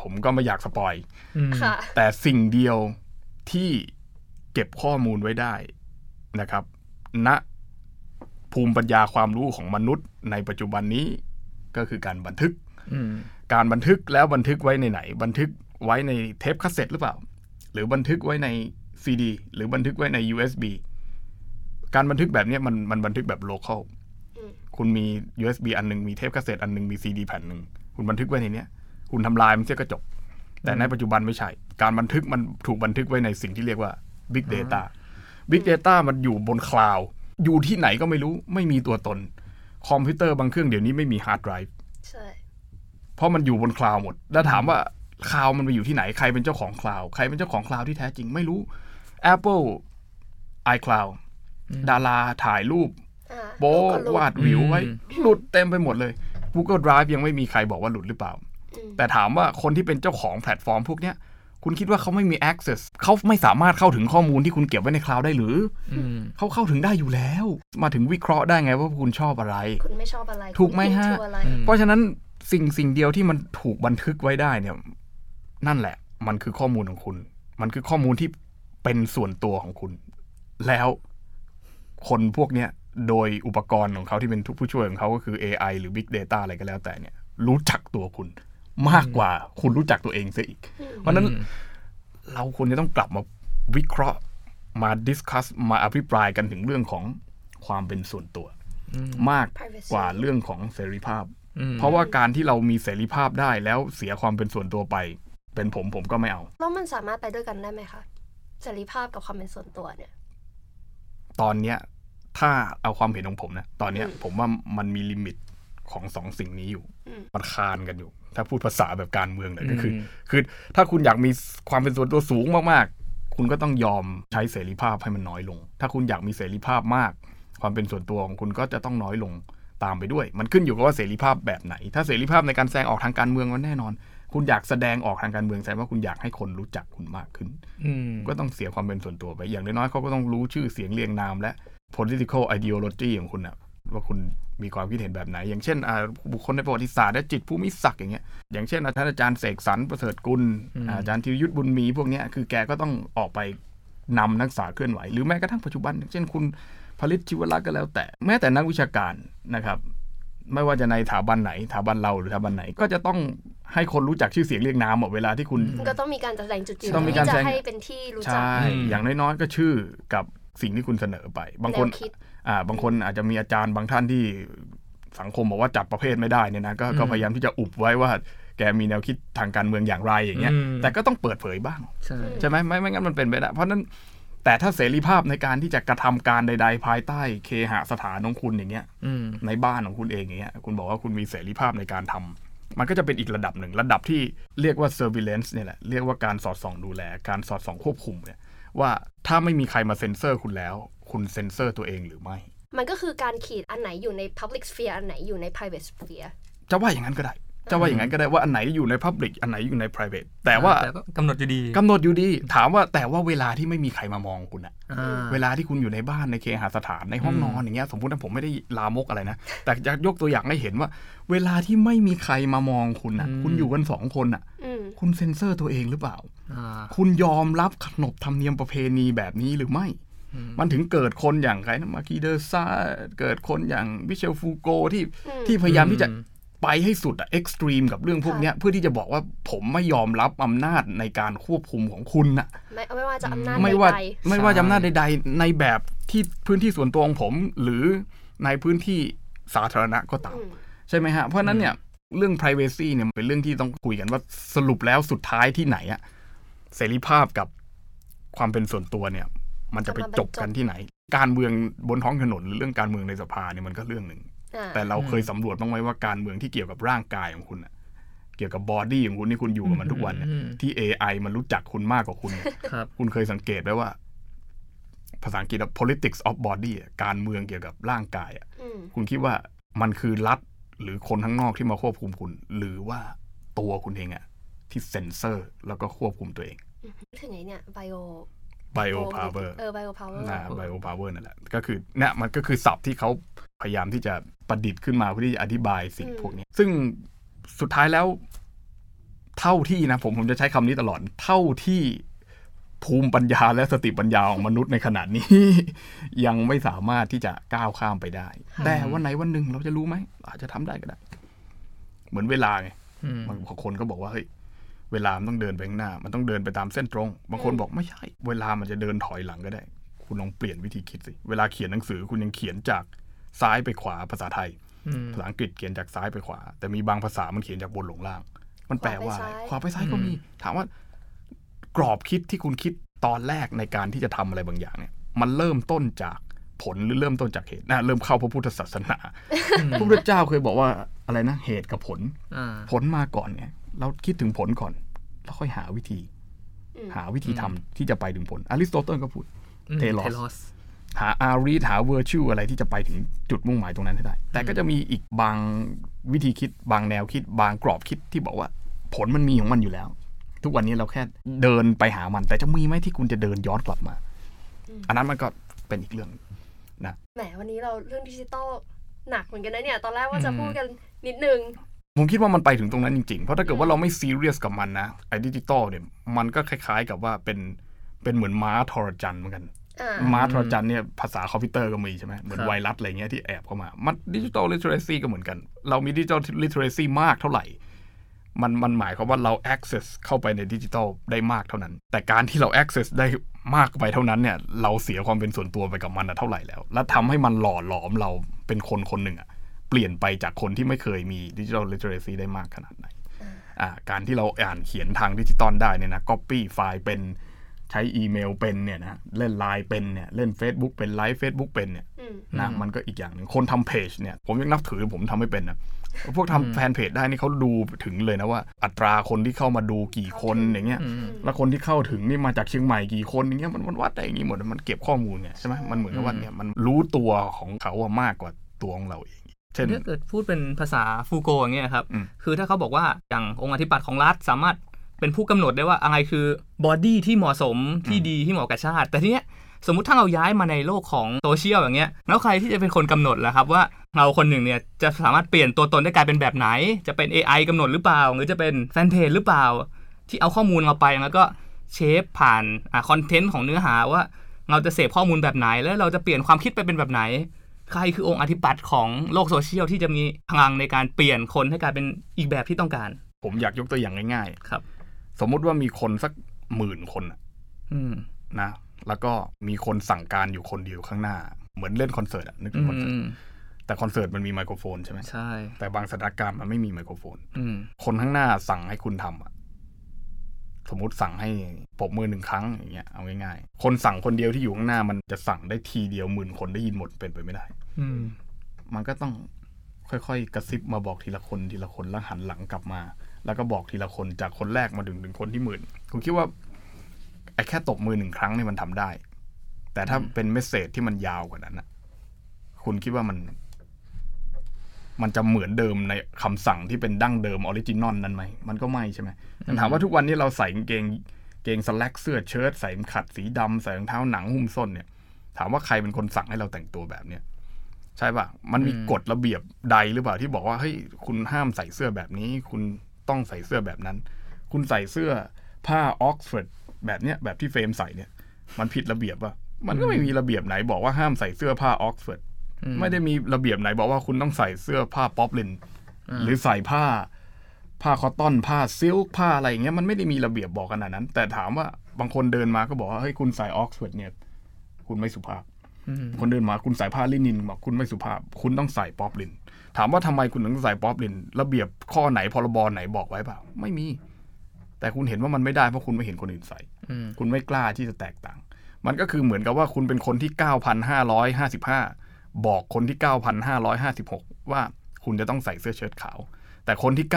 [SPEAKER 4] ผมก็ไม่อยากสปอย
[SPEAKER 5] อืม
[SPEAKER 2] ค่ะ
[SPEAKER 4] แต่สิ่งเดียวที่เก็บข้อมูลไว้ได้นะครับณนะภูมิปัญญาความรู้ของมนุษย์ในปัจจุบันนี้ก็คือการบันทึก
[SPEAKER 5] อืม
[SPEAKER 4] การบันทึกแล้วบันทึกไว้ในไหน บันทึกไว้ในเทปคาสเซ็ตหรือเปล่า หรือบันทึกไว้ใน ซีดี หรือบันทึกไว้ใน USB การบันทึกแบบเนี้ยมันมันบันทึกแบบโลเคอล
[SPEAKER 2] อืม
[SPEAKER 4] คุณมี USB อันหนึง มีเทปคาสเซ็ตอันหนึง มีซีดีแผ่นหนึ่งคุณบันทึกไว้ในเนี้ย คุณทำลายมันเสียก็จบ แต่ในปัจจุบันไม่ใช่ การบันทึกมันถูกบันทึกไว้ในสิ่งที่เรียกว่า Big Data Big Data มันอยู่บนคลาวด์อยู่ที่ไหนก็ไม่รู้ไม่มีตัวตน คอมพิวเตอร์บางเครื่องเดี๋ยวนี้ไม่มีฮาร์ดไดรฟ์
[SPEAKER 2] ใช่
[SPEAKER 4] เพราะมันอยู่บนคลาวด์หมด แล้วถามว่าคลาวด์มันไปอยู่ที่ไหน ใครเป็นเจ้าของคลาวด์ใครเป็นเจ้าของคลาวด์ที่แท้จริงไม่รู้ Apple iCloud ดาราถ่ายรูป
[SPEAKER 2] อ่า
[SPEAKER 4] โป๊
[SPEAKER 2] ก็รู้
[SPEAKER 4] วาดวิวไว้
[SPEAKER 3] อืม
[SPEAKER 4] หลุดเต็มไปหมดเลย Google Drive ยังไม่มีใครบอกว่าหลุดหรือเปล่า
[SPEAKER 2] อืม
[SPEAKER 4] แต่ถามว่าคนที่เป็นเจ้าของแพลตฟอร์มพวกเนี้ย คุณคิดว่าเขาไม่มี access เขาไม่สามารถเข้าถึงข้อมูลที่คุณเก็บไว้ในคลาวด์ได้หรือ
[SPEAKER 3] อืม
[SPEAKER 4] เขาเข้าถึงได้อยู่แล้ว มาถึงวิเคราะห์ได้ไงว่าคุณชอบอะไร
[SPEAKER 2] คุณไม่ชอบอะไร
[SPEAKER 4] ถูกไหมฮะ
[SPEAKER 2] คุณอินทูอะไร
[SPEAKER 3] ม
[SPEAKER 4] เพราะฉะนั้นสิ่งสิ่งเดียวที่มันถูกบันทึกไว้ได้เนี่ย นั่นแหละ มันคือข้อมูลของคุณ มันคือข้อมูลที่เป็นส่วนตัวของคุณ แล้วคนพวกเนี้ยโดยอุปกรณ์ของเขาที่เป็นทุกผู้ช่วยของเขาก็คือ AI หรือ Big Data อะไรก็แล้วแต่เนี่ย รู้จักตัวคุณ มากกว่าคุณรู้จักตัวเองซะอีก เพราะฉะนั้น เราควรจะต้องกลับมาวิเคราะห์มาดิสคัสมาอภิปรายกันถึงเรื่องของความเป็นส่วนตัว มาก
[SPEAKER 2] Privacy
[SPEAKER 4] กว่าเรื่องของเสรีภาพ
[SPEAKER 3] อืม
[SPEAKER 4] เพราะว่าการที่เรามีเสรีภาพได้แล้วเสียความเป็นส่วนตัวไป เป็นผมผมก็ไม่เอา
[SPEAKER 2] แล้วมันสามารถไปด้วยกันได้ไหมคะเสรีภาพกับความเป็นส่วนตัวเนี่ย
[SPEAKER 4] ตอนเนี้ยถ้าเอาความเห็นของผมนะ ตอนเนี้ย
[SPEAKER 2] อืม
[SPEAKER 4] ผมว่ามันมีลิมิตของสองสิ่งนี้อยู่
[SPEAKER 2] อืม
[SPEAKER 4] มันคานกันอยู่ ถ้าพูดภาษาแบบการเมืองเลย
[SPEAKER 3] อืม
[SPEAKER 4] ก็คือ คือถ้าคุณอยากมีความเป็นส่วนตัวสูงมากๆ คุณก็ต้องยอมใช้เสรีภาพให้มันน้อยลง ถ้าคุณอยากมีเสรีภาพมาก ความเป็นส่วนตัวของคุณก็จะต้องน้อยลงตามไปด้วย มันขึ้นอยู่กับว่าเสรีภาพแบบไหน ถ้าเสรีภาพในการแสดงออกทางการเมืองมันแน่นอน คุณอยากแสดงออกทางการเมืองแสดงว่าคุณอยากให้คนรู้จักคุณมากขึ้น
[SPEAKER 3] อืม
[SPEAKER 4] ก็ต้องเสียความเป็นส่วนตัวไป อย่างน้อยๆเขาก็ต้องรู้ชื่อเสียงเรียงนามและ political ideology ของคุณอะว่าคุณมีความคิดเห็นแบบไหน อย่างเช่นอ่าบุคคลในประวัติศาสตร์และจิตรภูมิศักดิ์อย่างเงี้ย อย่างเช่นอาจารย์อาจารย์เสกสรรประเสริฐกุล
[SPEAKER 3] อืม
[SPEAKER 4] อาจารย์ธีรยุทธบุญมีพวกเนี้ยคือแกก็ต้องออกไปนำนักศึกษาเคลื่อนไหว หรือแม้กระทั่งปัจจุบันอย่างเช่นคุณผลิตชิวรักษ์ก็แล้วแต่ แม้แต่นักวิชาการนะครับ ไม่ว่าจะในสถาบันไหนสถาบันเราหรือสถาบันไหน ก็จะต้องให้คนรู้จักชื่อเสียงเรียงนามหมดเวลาที่คุณ
[SPEAKER 2] มันก็ต้องมีการแสดงจุดยืน
[SPEAKER 4] ต้องมีการแสด
[SPEAKER 2] ที่จะ
[SPEAKER 4] ง
[SPEAKER 2] ให้เป็นที่รู้จัก
[SPEAKER 4] ใช่
[SPEAKER 3] อืม
[SPEAKER 4] อย่างน้อยๆ ก็ชื่อกับสิ่งที่คุณเสนอไป บางคน
[SPEAKER 2] แนวคิด
[SPEAKER 4] อ่า บางคนอาจจะมีอาจารย์บางท่านที่สังคมบอกว่าจับประเภทไม่ได้เนี่ยนะ ก็ก็พยายามที่จะอุบไว้ว่า แกมีแนวคิดทางการเมืองอย่างไรอย่างเงี้ย
[SPEAKER 3] อืม
[SPEAKER 4] แต่ก็ต้องเปิดเผยบ้าง
[SPEAKER 3] ใช่
[SPEAKER 4] ใช่ไหมไม่ไม่งั้นมันเป็นไปได้เพราะฉะนั้นแต่ถ้าเสรีภาพในการที่จะกระทำการใด ๆ ภายใต้เคหสถานของคุณอย่างเงี้ย
[SPEAKER 3] อืม
[SPEAKER 4] ในบ้านของคุณเองอย่างเงี้ยคุณบอกว่าคุณมีเสรีภาพในการทำมันก็จะเป็นอีกระดับหนึ่ง ระดับที่เรียกว่า surveillance เนี่ยแหละเรียกว่าการสอดส่องดูแล การสอดส่องควบคุมเนี่ยว่าถ้าไม่มีใครมาเซ็นเซอร์คุณแล้ว คุณเซ็นเซอร์ตัวเองหรือไม่
[SPEAKER 2] มันก็คือการขีดอันไหนอยู่ใน public sphere อันไหนอยู่ใน private sphere
[SPEAKER 4] จะว่าอย่างนั้นก็ได้ จะว่าอย่างนั้นก็ได้ว่าอันไหนอยู่ใน Public อันไหนอยู่ใน private แต่ว่า
[SPEAKER 3] แต่ก็กำหนดอยู่ดี
[SPEAKER 4] กำหนดอยู่ดี ถามว่าแต่ว่าเวลาที่ไม่มีใครมามองคุณอะ
[SPEAKER 3] อ่า
[SPEAKER 4] เวลาที่คุณอยู่ในบ้านในเคหสถานในห้องนอนอย่างเงี้ยสมมตินะผมไม่ได้ลามกอะไรนะ แต่จะยกตัวอย่างให้เห็นว่า เวลาที่ไม่มีใครมามองคุณอ่ะ
[SPEAKER 3] อืม
[SPEAKER 4] คุณอยู่กันสองคนอ่ะ
[SPEAKER 2] อืม
[SPEAKER 4] คุณเซ็นเซอร์ตัวเองหรือเปล่า
[SPEAKER 3] อ่า
[SPEAKER 4] คุณยอมรับขนบธรรมเนียมประเพณีแบบนี้หรือไม่
[SPEAKER 3] อืม
[SPEAKER 4] มันถึงเกิดคนอย่างใครนะมาคีเดอร์ซาเกิดคนอย่างมิเชลฟูโกที่
[SPEAKER 2] อืม
[SPEAKER 4] ที่พยายามที่จะไปให้สุดอะเอ็กซ์ตรีมกับเรื่องพวกเนี้ยเพื่อที่จะบอกว่าผมไม่ยอมรับอำนาจในการควบคุมของคุณน่ะ
[SPEAKER 2] ไม่ไม่ว่าจะอำนาจ
[SPEAKER 4] ไม่ว่า
[SPEAKER 2] ใด
[SPEAKER 4] ไม่ว่า
[SPEAKER 3] ใช่
[SPEAKER 4] จะอำนาจใดๆ ในแบบที่พื้นที่ส่วนตัวของผม หรือในพื้นที่สาธารณะก็
[SPEAKER 2] ๆ
[SPEAKER 4] ตาม
[SPEAKER 2] อืม
[SPEAKER 4] ใช่ไหมฮะ เพราะฉะนั้นเนี่ยเรื่อง p r i เวซีเนี่ยเป็นเรื่องที่ต้องคุยกันว่าสรุปแล้วสุดท้ายที่ไหนอะเสรีภาพกับความเป็นส่วนตัวเนี่ย มันจะไปจบกันที่ไหน การเมืองบนท้องถนนหรือเรื่องการเมืองในสภาเนี่ยมันก็เรื่องหนึ่ง
[SPEAKER 2] อ่า
[SPEAKER 4] แต่เราเคยสำรวจบ้างไหมว่าการเมืองที่เกี่ยวกับร่างกายของคุณอะเกี่ยวกับบอดี้ของคุณที่คุณอยู่กับมันทุกวันเนี่ย
[SPEAKER 3] อืม
[SPEAKER 4] ที่ AI มันรู้จักคุณมากกว่าคุณเนี่ย
[SPEAKER 3] ครับ
[SPEAKER 4] คุณเคยสังเกตไหมว่า ภาษาอังกฤษอะ politics of body อะการเมืองเกี่ยวกับร่างกายอะ
[SPEAKER 2] อืม
[SPEAKER 4] คุณคิดว่ามันคือรัฐหรือคนข้างนอกที่มาควบคุมคุณ หรือว่าตัวคุณเองอะที่เซ็นเซอร์แล้วก็ควบคุมตัวเอง
[SPEAKER 2] ถึงไงเนี่ย bio
[SPEAKER 4] bio power
[SPEAKER 2] เออ bio power
[SPEAKER 4] นะ bio power นั่นแหละก็คือเนี่ยมันก็คือศัพท์ที่เขาพยายามที่จะประดิษฐ์ขึ้นมาเพื่อที่จะอธิบายสิ่ง
[SPEAKER 2] อืม
[SPEAKER 4] พวกนี้ ซึ่งสุดท้ายแล้ว เท่าที่นะ ผมผมจะใช้คำนี้ตลอด เท่าที่ภูมิปัญญาและสติปัญญาของมนุษย์ในขณะนี้ ยังไม่สามารถที่จะก้าวข้ามไปได้ แต่วันไหนวันหนึ่งเราจะรู้ไหมอาจจะทำได้ก็ได้ เหมือนเวลาไง
[SPEAKER 3] อืม
[SPEAKER 4] บางคนก็บอกว่าเฮ้ย เวลามันต้องเดินไปข้างหน้า มันต้องเดินไปตามเส้นตรง บางคนบอกไม่ใช่ เวลามันจะเดินถอยหลังก็ได้ คุณลองเปลี่ยนวิธีคิดสิ เวลาเขียนหนังสือคุณยังเขียนจากซ้ายไปขวาภาษาไทย
[SPEAKER 3] อืม
[SPEAKER 4] ภาษาอังกฤษเขียนจากซ้ายไปขวา แต่มีบางภาษามันเขียนจากบนลงล่าง มันแปลว่าอะไรขวาว
[SPEAKER 2] ขา
[SPEAKER 4] ไป
[SPEAKER 2] ไป
[SPEAKER 4] ซ้า
[SPEAKER 2] ซ้าย ย
[SPEAKER 4] ก็มี ถามว่ากรอบคิดที่คุณคิดตอนแรกในการที่จะทำอะไรบางอย่างเนี่ย มันเริ่มต้นจากผลหรือเริ่มต้นจากเหตุนะเริ่มเข้าพระพุทธศาสนาพระพุทธเจ้าเคยบอกว่าอะไรนะเหตุกับผล
[SPEAKER 3] อ่า
[SPEAKER 4] ผลมาก่อนไงเราคิดถึงผลก่อน แล้วค่อยหาวิธี
[SPEAKER 2] อืม
[SPEAKER 4] หาวิธีทำที่จะไปถึงผลอริสโตเติลก็พูด
[SPEAKER 3] ม
[SPEAKER 4] Telos
[SPEAKER 3] Telos
[SPEAKER 4] หาอารีหาเวอร์ชวอะไรที่จะไปถึงจุดมุ่งหมายตรงนั้นให้ได้ แต่ก็จะมีอีกบางวิธีคิด บางแนวคิด บางกรอบคิดที่บอกว่า ผลมันมีของมันอยู่แล้ว ทุกวันนี้เราแค่เดินไปหามัน แต่จะมีไหมที่คุณจะเดินย้อนกลับมา อันนั้นมันก็เป็นอีกเรื่อง
[SPEAKER 2] แหมวันนี้เราเรื่องดิจิตอลหนักเหมือนกันนะเนี่ย ตอนแรกว่าจะ
[SPEAKER 3] อืม
[SPEAKER 2] พูดกันนิดนึง
[SPEAKER 4] ผมคิดว่ามันไปถึงตรงนั้นจริงๆ เพราะถ้าเกิดว่าเราไม่ซีเรียสกับมันนะไอ้ดิจิตอลเนี่ยมันก็คล้ายๆกับว่าเป็นเป็นเหมือนม้าทรจันเหมือนกัน
[SPEAKER 2] อ่า
[SPEAKER 4] มาร์ทรจันเนี่ยภาษาคอมพิวเตอร์ก็มีใช่ไหมเหมือน
[SPEAKER 3] ครับ
[SPEAKER 4] ไวรัสอะไรเงี้ยที่แอบเข้ามามันดิจิตอลลิเทเรซีก็เหมือนกัน เรามีดิจิตอลลิเทเรซีมากเท่าไหร่ มันมันหมายความว่าเรา access เข้าไปในดิจิตอลได้มากเท่านั้น แต่การที่เรา access ได้มากไปเท่านั้นเนี่ย เราเสียความเป็นส่วนตัวไปกับมันนะเท่าไหร่แล้ว และทำให้มันหล่อหลอมเราเป็นคนคนหนึ่งอะเปลี่ยนไปจากคนที่ไม่เคยมีดิจิตอลลิเทเรซีได้มากขนาดไหน อ่าการที่เราอ่านเขียนทางดิจิตอลได้เนี่ยนะ copy ไฟล์เป็นใช้อีเมลเป็นเนี่ยนะเล่นไลน์เป็นเนี่ยเล่น Facebook เป็นไลฟ์ Facebook เป็นเนี่ย
[SPEAKER 2] อืม
[SPEAKER 4] นะมันก็อีกอย่างหนึ่งคนทำเพจเนี่ยผมยังนับถือผมทำไม่เป็นนะพวกทำแฟนเพจได้นี่เขาดูถึงเลยนะว่า อัตราคนที่เข้ามาดูกี่คนอย่างเงี้ยแล้วคนที่เข้าถึงนี่มาจากเชียงใหม่กี่คนอย่างเงี้ยมันมันวัดได้อย่างงี้หมดมันเก็บข้อมูลไงใช่ไหมมันเหมือนกับว่าเนี่ยมันรู้ตัวของเขาอะมากกว่าตัวของเราเองเช่น
[SPEAKER 3] ถ้าเกิดพูดเป็นภาษาฟูโกะอย่างเงี้ยครับ
[SPEAKER 4] อืม
[SPEAKER 3] คือถ้าเขาบอกว่าอย่างองค์อธิปัตย์ของรัฐสามารถเป็นผู้กำหนดได้ว่าอะไรคือบอดี้ที่เหมาะสมที่ดีที่เหมาะกับชาติ แต่ทีเนี้ยสมมติถ้าเราย้ายมาในโลกของโซเชียลอย่างเงี้ยแล้วใครที่จะเป็นคนกำหนดล่ะครับว่าเราคนหนึ่งเนี่ยจะสามารถเปลี่ยนตัวตนได้กลายเป็นแบบไหน จะเป็น AI กำหนดหรือเปล่า หรือจะเป็นแฟนเพจหรือเปล่า ที่เอาข้อมูลเราไปแล้วก็เชฟผ่านคอนเทนต์ของเนื้อหาว่า เราจะเสพข้อมูลแบบไหน แล้วเราจะเปลี่ยนความคิดไปเป็นแบบไหน ใครคือองค์อธิปัตย์ของโลกโซเชียลที่จะมีพลังในการเปลี่ยนคนให้กลายเป็นอีกแบบที่ต้องการ
[SPEAKER 4] ผมอยากยกตัวอย่างง่าย
[SPEAKER 3] ครับ
[SPEAKER 4] ๆ สมมุติว่ามีคนสักหมื่นคนอะ
[SPEAKER 3] อืม
[SPEAKER 4] นะแล้วก็มีคนสั่งการอยู่คนเดียวข้างหน้า เหมือนเล่นคอนเสิร์ตอะนึกถึ
[SPEAKER 3] อื
[SPEAKER 4] ง
[SPEAKER 3] ม
[SPEAKER 4] คอนเสิร์ต
[SPEAKER 3] อืม
[SPEAKER 4] แต่คอนเสิร์ตมันมีไมโครโฟนใช่ไหม
[SPEAKER 3] ใช่
[SPEAKER 4] แต่บางสถานการณ์มันไม่มีไมโครโฟน
[SPEAKER 3] อืม
[SPEAKER 4] คนข้างหน้าสั่งให้คุณทำอะสมมติสั่งให้ปรบมือหนึ่งครั้งอย่างเงี้ยเอาง่ายๆคนสั่งคนเดียวที่อยู่ข้างหน้ามันจะสั่งได้ทีเดียวหมื่นคนได้ยินหมดเป็นไปไม่ได้
[SPEAKER 3] อืม
[SPEAKER 4] มันก็ต้องค่อยๆ กระซิบมาบอกทีละคนทีละคนแล้วหันหลังกลับมา แล้วก็บอกทีละคนจากคนแรกมาถึงถึงคนที่หมื่นผมคิดว่าไอ้แค่ตบมือหนึ่งครั้งเนี่ยมันทำได้ แต่ถ้าเป็นเมสเซจที่มันยาวกว่านั้นนะคุณคิดว่ามัน มันจะเหมือนเดิมในคำสั่งที่เป็นดั้งเดิมออริจินอลนั้นไหมมันก็ไม่ใช่ไหมแต่ถามว่าทุกวันนี้เราใส่กางเกงเกงสแลกเสื้อเชิ้ตใส่เข็มขัดสีดำใส่รองเท้าหนังหุ้มส้นเนี่ย ถามว่าใครเป็นคนสั่งให้เราแต่งตัวแบบเนี้ย ใช่ป่ะ มันมีกฎระเบียบใดหรือเปล่าที่บอกว่าเฮ้ยคุณห้ามใส่เสื้อแบบนี้ คุณต้องใส่เสื้อแบบนั้น คุณใส่เสื้อผ้าออกซฟอร์ดแบบเนี้ยแบบที่เฟรมใส่เนี่ย มันผิดระเบียบป่ะ มันก็ไม่มีระเบียบไหนบอกว่าห้ามใส่เสื้อผ้าออกซฟอร์ดไม่ได้มีระเบียบไหนบอกว่าคุณต้องใส่เสื้อผ้าป๊อปลินหรือใส่ผ้า ผ้าคอตตอนผ้าซิลค์ผ้าอะไรอย่างเงี้ยมันไม่ได้มีระเบียบบอกขนาดนั้น แต่ถามว่าบางคนเดินมาก็บอกว่าเฮ้ยคุณใส่ออกซฟอร์ดเนี่ย คุณไม่สุภาพ
[SPEAKER 3] อืม
[SPEAKER 4] คนเดินมาคุณใส่ผ้าลินินบอกคุณไม่สุภาพ คุณต้องใส่ป๊อปลิน ถามว่าทำไมคุณถึงใส่ป๊อปลิน ระเบียบข้อไหนพรบไหนบอกไว้เปล่า ไม่มี แต่คุณเห็นว่ามันไม่ได้เพราะคุณไม่เห็นคนอื่นใส่
[SPEAKER 3] อืม
[SPEAKER 4] คุณไม่กล้าที่จะแตกต่าง มันก็คือเหมือนกับว่าคุณเป็นคนที่ 9,555 บอกคนที่ 9,556 ว่าคุณจะต้องใส่เสื้อเชิ้ตขาว แต่คนที่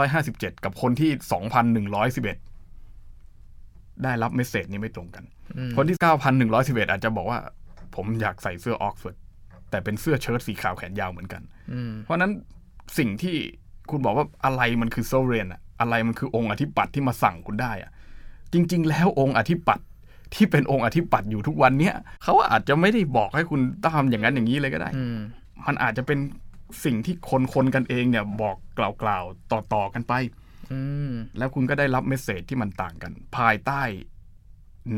[SPEAKER 4] 9,557 กับคนที่ 2,111 ได้รับเมสเซจนี้ไม่ตรงกัน
[SPEAKER 3] อืม
[SPEAKER 4] คนที่ 9,111 อาจจะบอกว่า ผมอยากใส่เสื้อออกฟอร์ดแต่เป็นเสื้อเชิ้ตสีขาวแขนยาวเหมือนกัน
[SPEAKER 3] อืม
[SPEAKER 4] เพราะฉะนั้นสิ่งที่คุณบอกว่าอะไรมันคือโซเรนอะอะไรมันคือองค์อธิปัตย์ที่มาสั่งคุณได้อะจริง ๆ แล้วองค์อธิปัตย์ที่เป็นองค์อธิปัตย์อยู่ทุกวันเนี้ยเขาอาจจะไม่ได้บอกให้คุณตามอย่างนั้นอย่างนี้เลยก็ได้
[SPEAKER 3] อืม
[SPEAKER 4] มันอาจจะเป็นสิ่งที่คนคนๆกันเองเนี่ยบอกกล่าวๆต่อๆกันไป
[SPEAKER 3] อืม
[SPEAKER 4] แล้วคุณก็ได้รับเมสเซจที่มันต่างกัน ภายใต้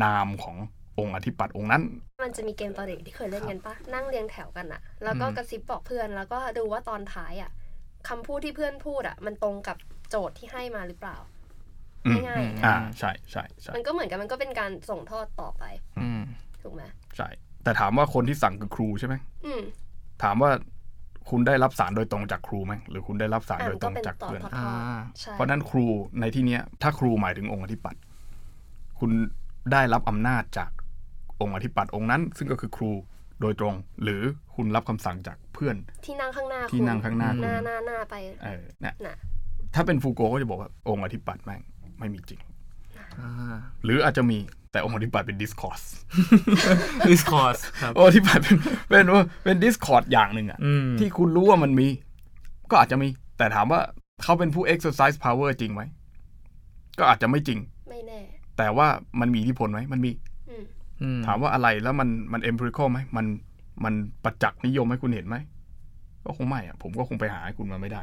[SPEAKER 4] นามขององค์อธิปัตย์องค์นั้น
[SPEAKER 2] มันจะมีเกมตอนเด็กที่เคยเล่นกันปะนั่งเรียงแถวกันอะแล้วก็
[SPEAKER 4] อืม
[SPEAKER 2] กระซิบบอกเพื่อน แล้วก็ดูว่าตอนท้ายอะคำพูดที่เพื่อนพูดอะมันตรงกับโจทย์ที่ให้มาหรือเปล่า
[SPEAKER 4] อืม
[SPEAKER 2] ง่ายๆอย่างเงี้ย
[SPEAKER 4] อ่าใช่ใช่ใช่
[SPEAKER 2] มันก็เหมือนกันมันก็เป็นการส่งทอดต่อไป
[SPEAKER 3] อืม
[SPEAKER 2] ถูกไหม
[SPEAKER 4] ใช่ แต่ถามว่าคนที่สั่งคือครูใช่ไหม
[SPEAKER 2] อืม
[SPEAKER 4] ถามว่าคุณได้รับสารโดยตรงจากครูไหมหรือคุณได้รับสาร
[SPEAKER 2] อ่ะ
[SPEAKER 4] โด
[SPEAKER 2] มั
[SPEAKER 4] ยตรง
[SPEAKER 2] นก็เป็น
[SPEAKER 4] จาก
[SPEAKER 2] ต่อ
[SPEAKER 4] เพื่อน
[SPEAKER 2] ทอด
[SPEAKER 3] อ่า
[SPEAKER 2] ๆใช่
[SPEAKER 4] เพราะฉะนั้นครูในที่เนี้ย ถ้าครูหมายถึงองค์อธิปัตย์คุณได้รับอำนาจจากองค์อธิปัตย์องค์นั้น ซึ่งก็คือครูโดยตรง หรือคุณรับคำสั่งจากเพื่อน
[SPEAKER 2] ที่นั่งข้างหน้า
[SPEAKER 4] ที่
[SPEAKER 2] คุณ
[SPEAKER 4] นั่งข้างหน้า
[SPEAKER 2] ห
[SPEAKER 4] คุณ
[SPEAKER 2] น้าหน้าหน้าไป
[SPEAKER 4] เออเนี่ย
[SPEAKER 2] น่ะ
[SPEAKER 4] ถ้าเป็นฟูโกะก็จะบอกว่าองค์อธิปัตย์แม่งไม่มีจริง
[SPEAKER 3] อ่า
[SPEAKER 4] หรืออาจจะมีแต่องค์อธิปัตย์เป็นดิสคอร์ส
[SPEAKER 3] คือสคอร์สครับ
[SPEAKER 4] องค์อธิปัตย์เป็นเป็นว่าเป็นดิสคอร์สอย่างหนึ่งอะ
[SPEAKER 3] อืม
[SPEAKER 4] ที่คุณรู้ว่ามันมี ก็อาจจะมี แต่ถามว่าเขาเป็นผู้ exercise power จริงไหมก็อาจจะไม่จริง
[SPEAKER 2] ไม่แน่
[SPEAKER 4] แต่ว่ามันมีอิทธิพลไหมมันมี
[SPEAKER 2] อืม
[SPEAKER 3] อืม
[SPEAKER 4] ถามว่าอะไรแล้วมันมันเอมพิริคอไหมมันมันประจักษ์นิยมให้คุณเห็นไหมก็คงไม่อ่ะผมก็คงไปหาให้คุณมาไม่ได้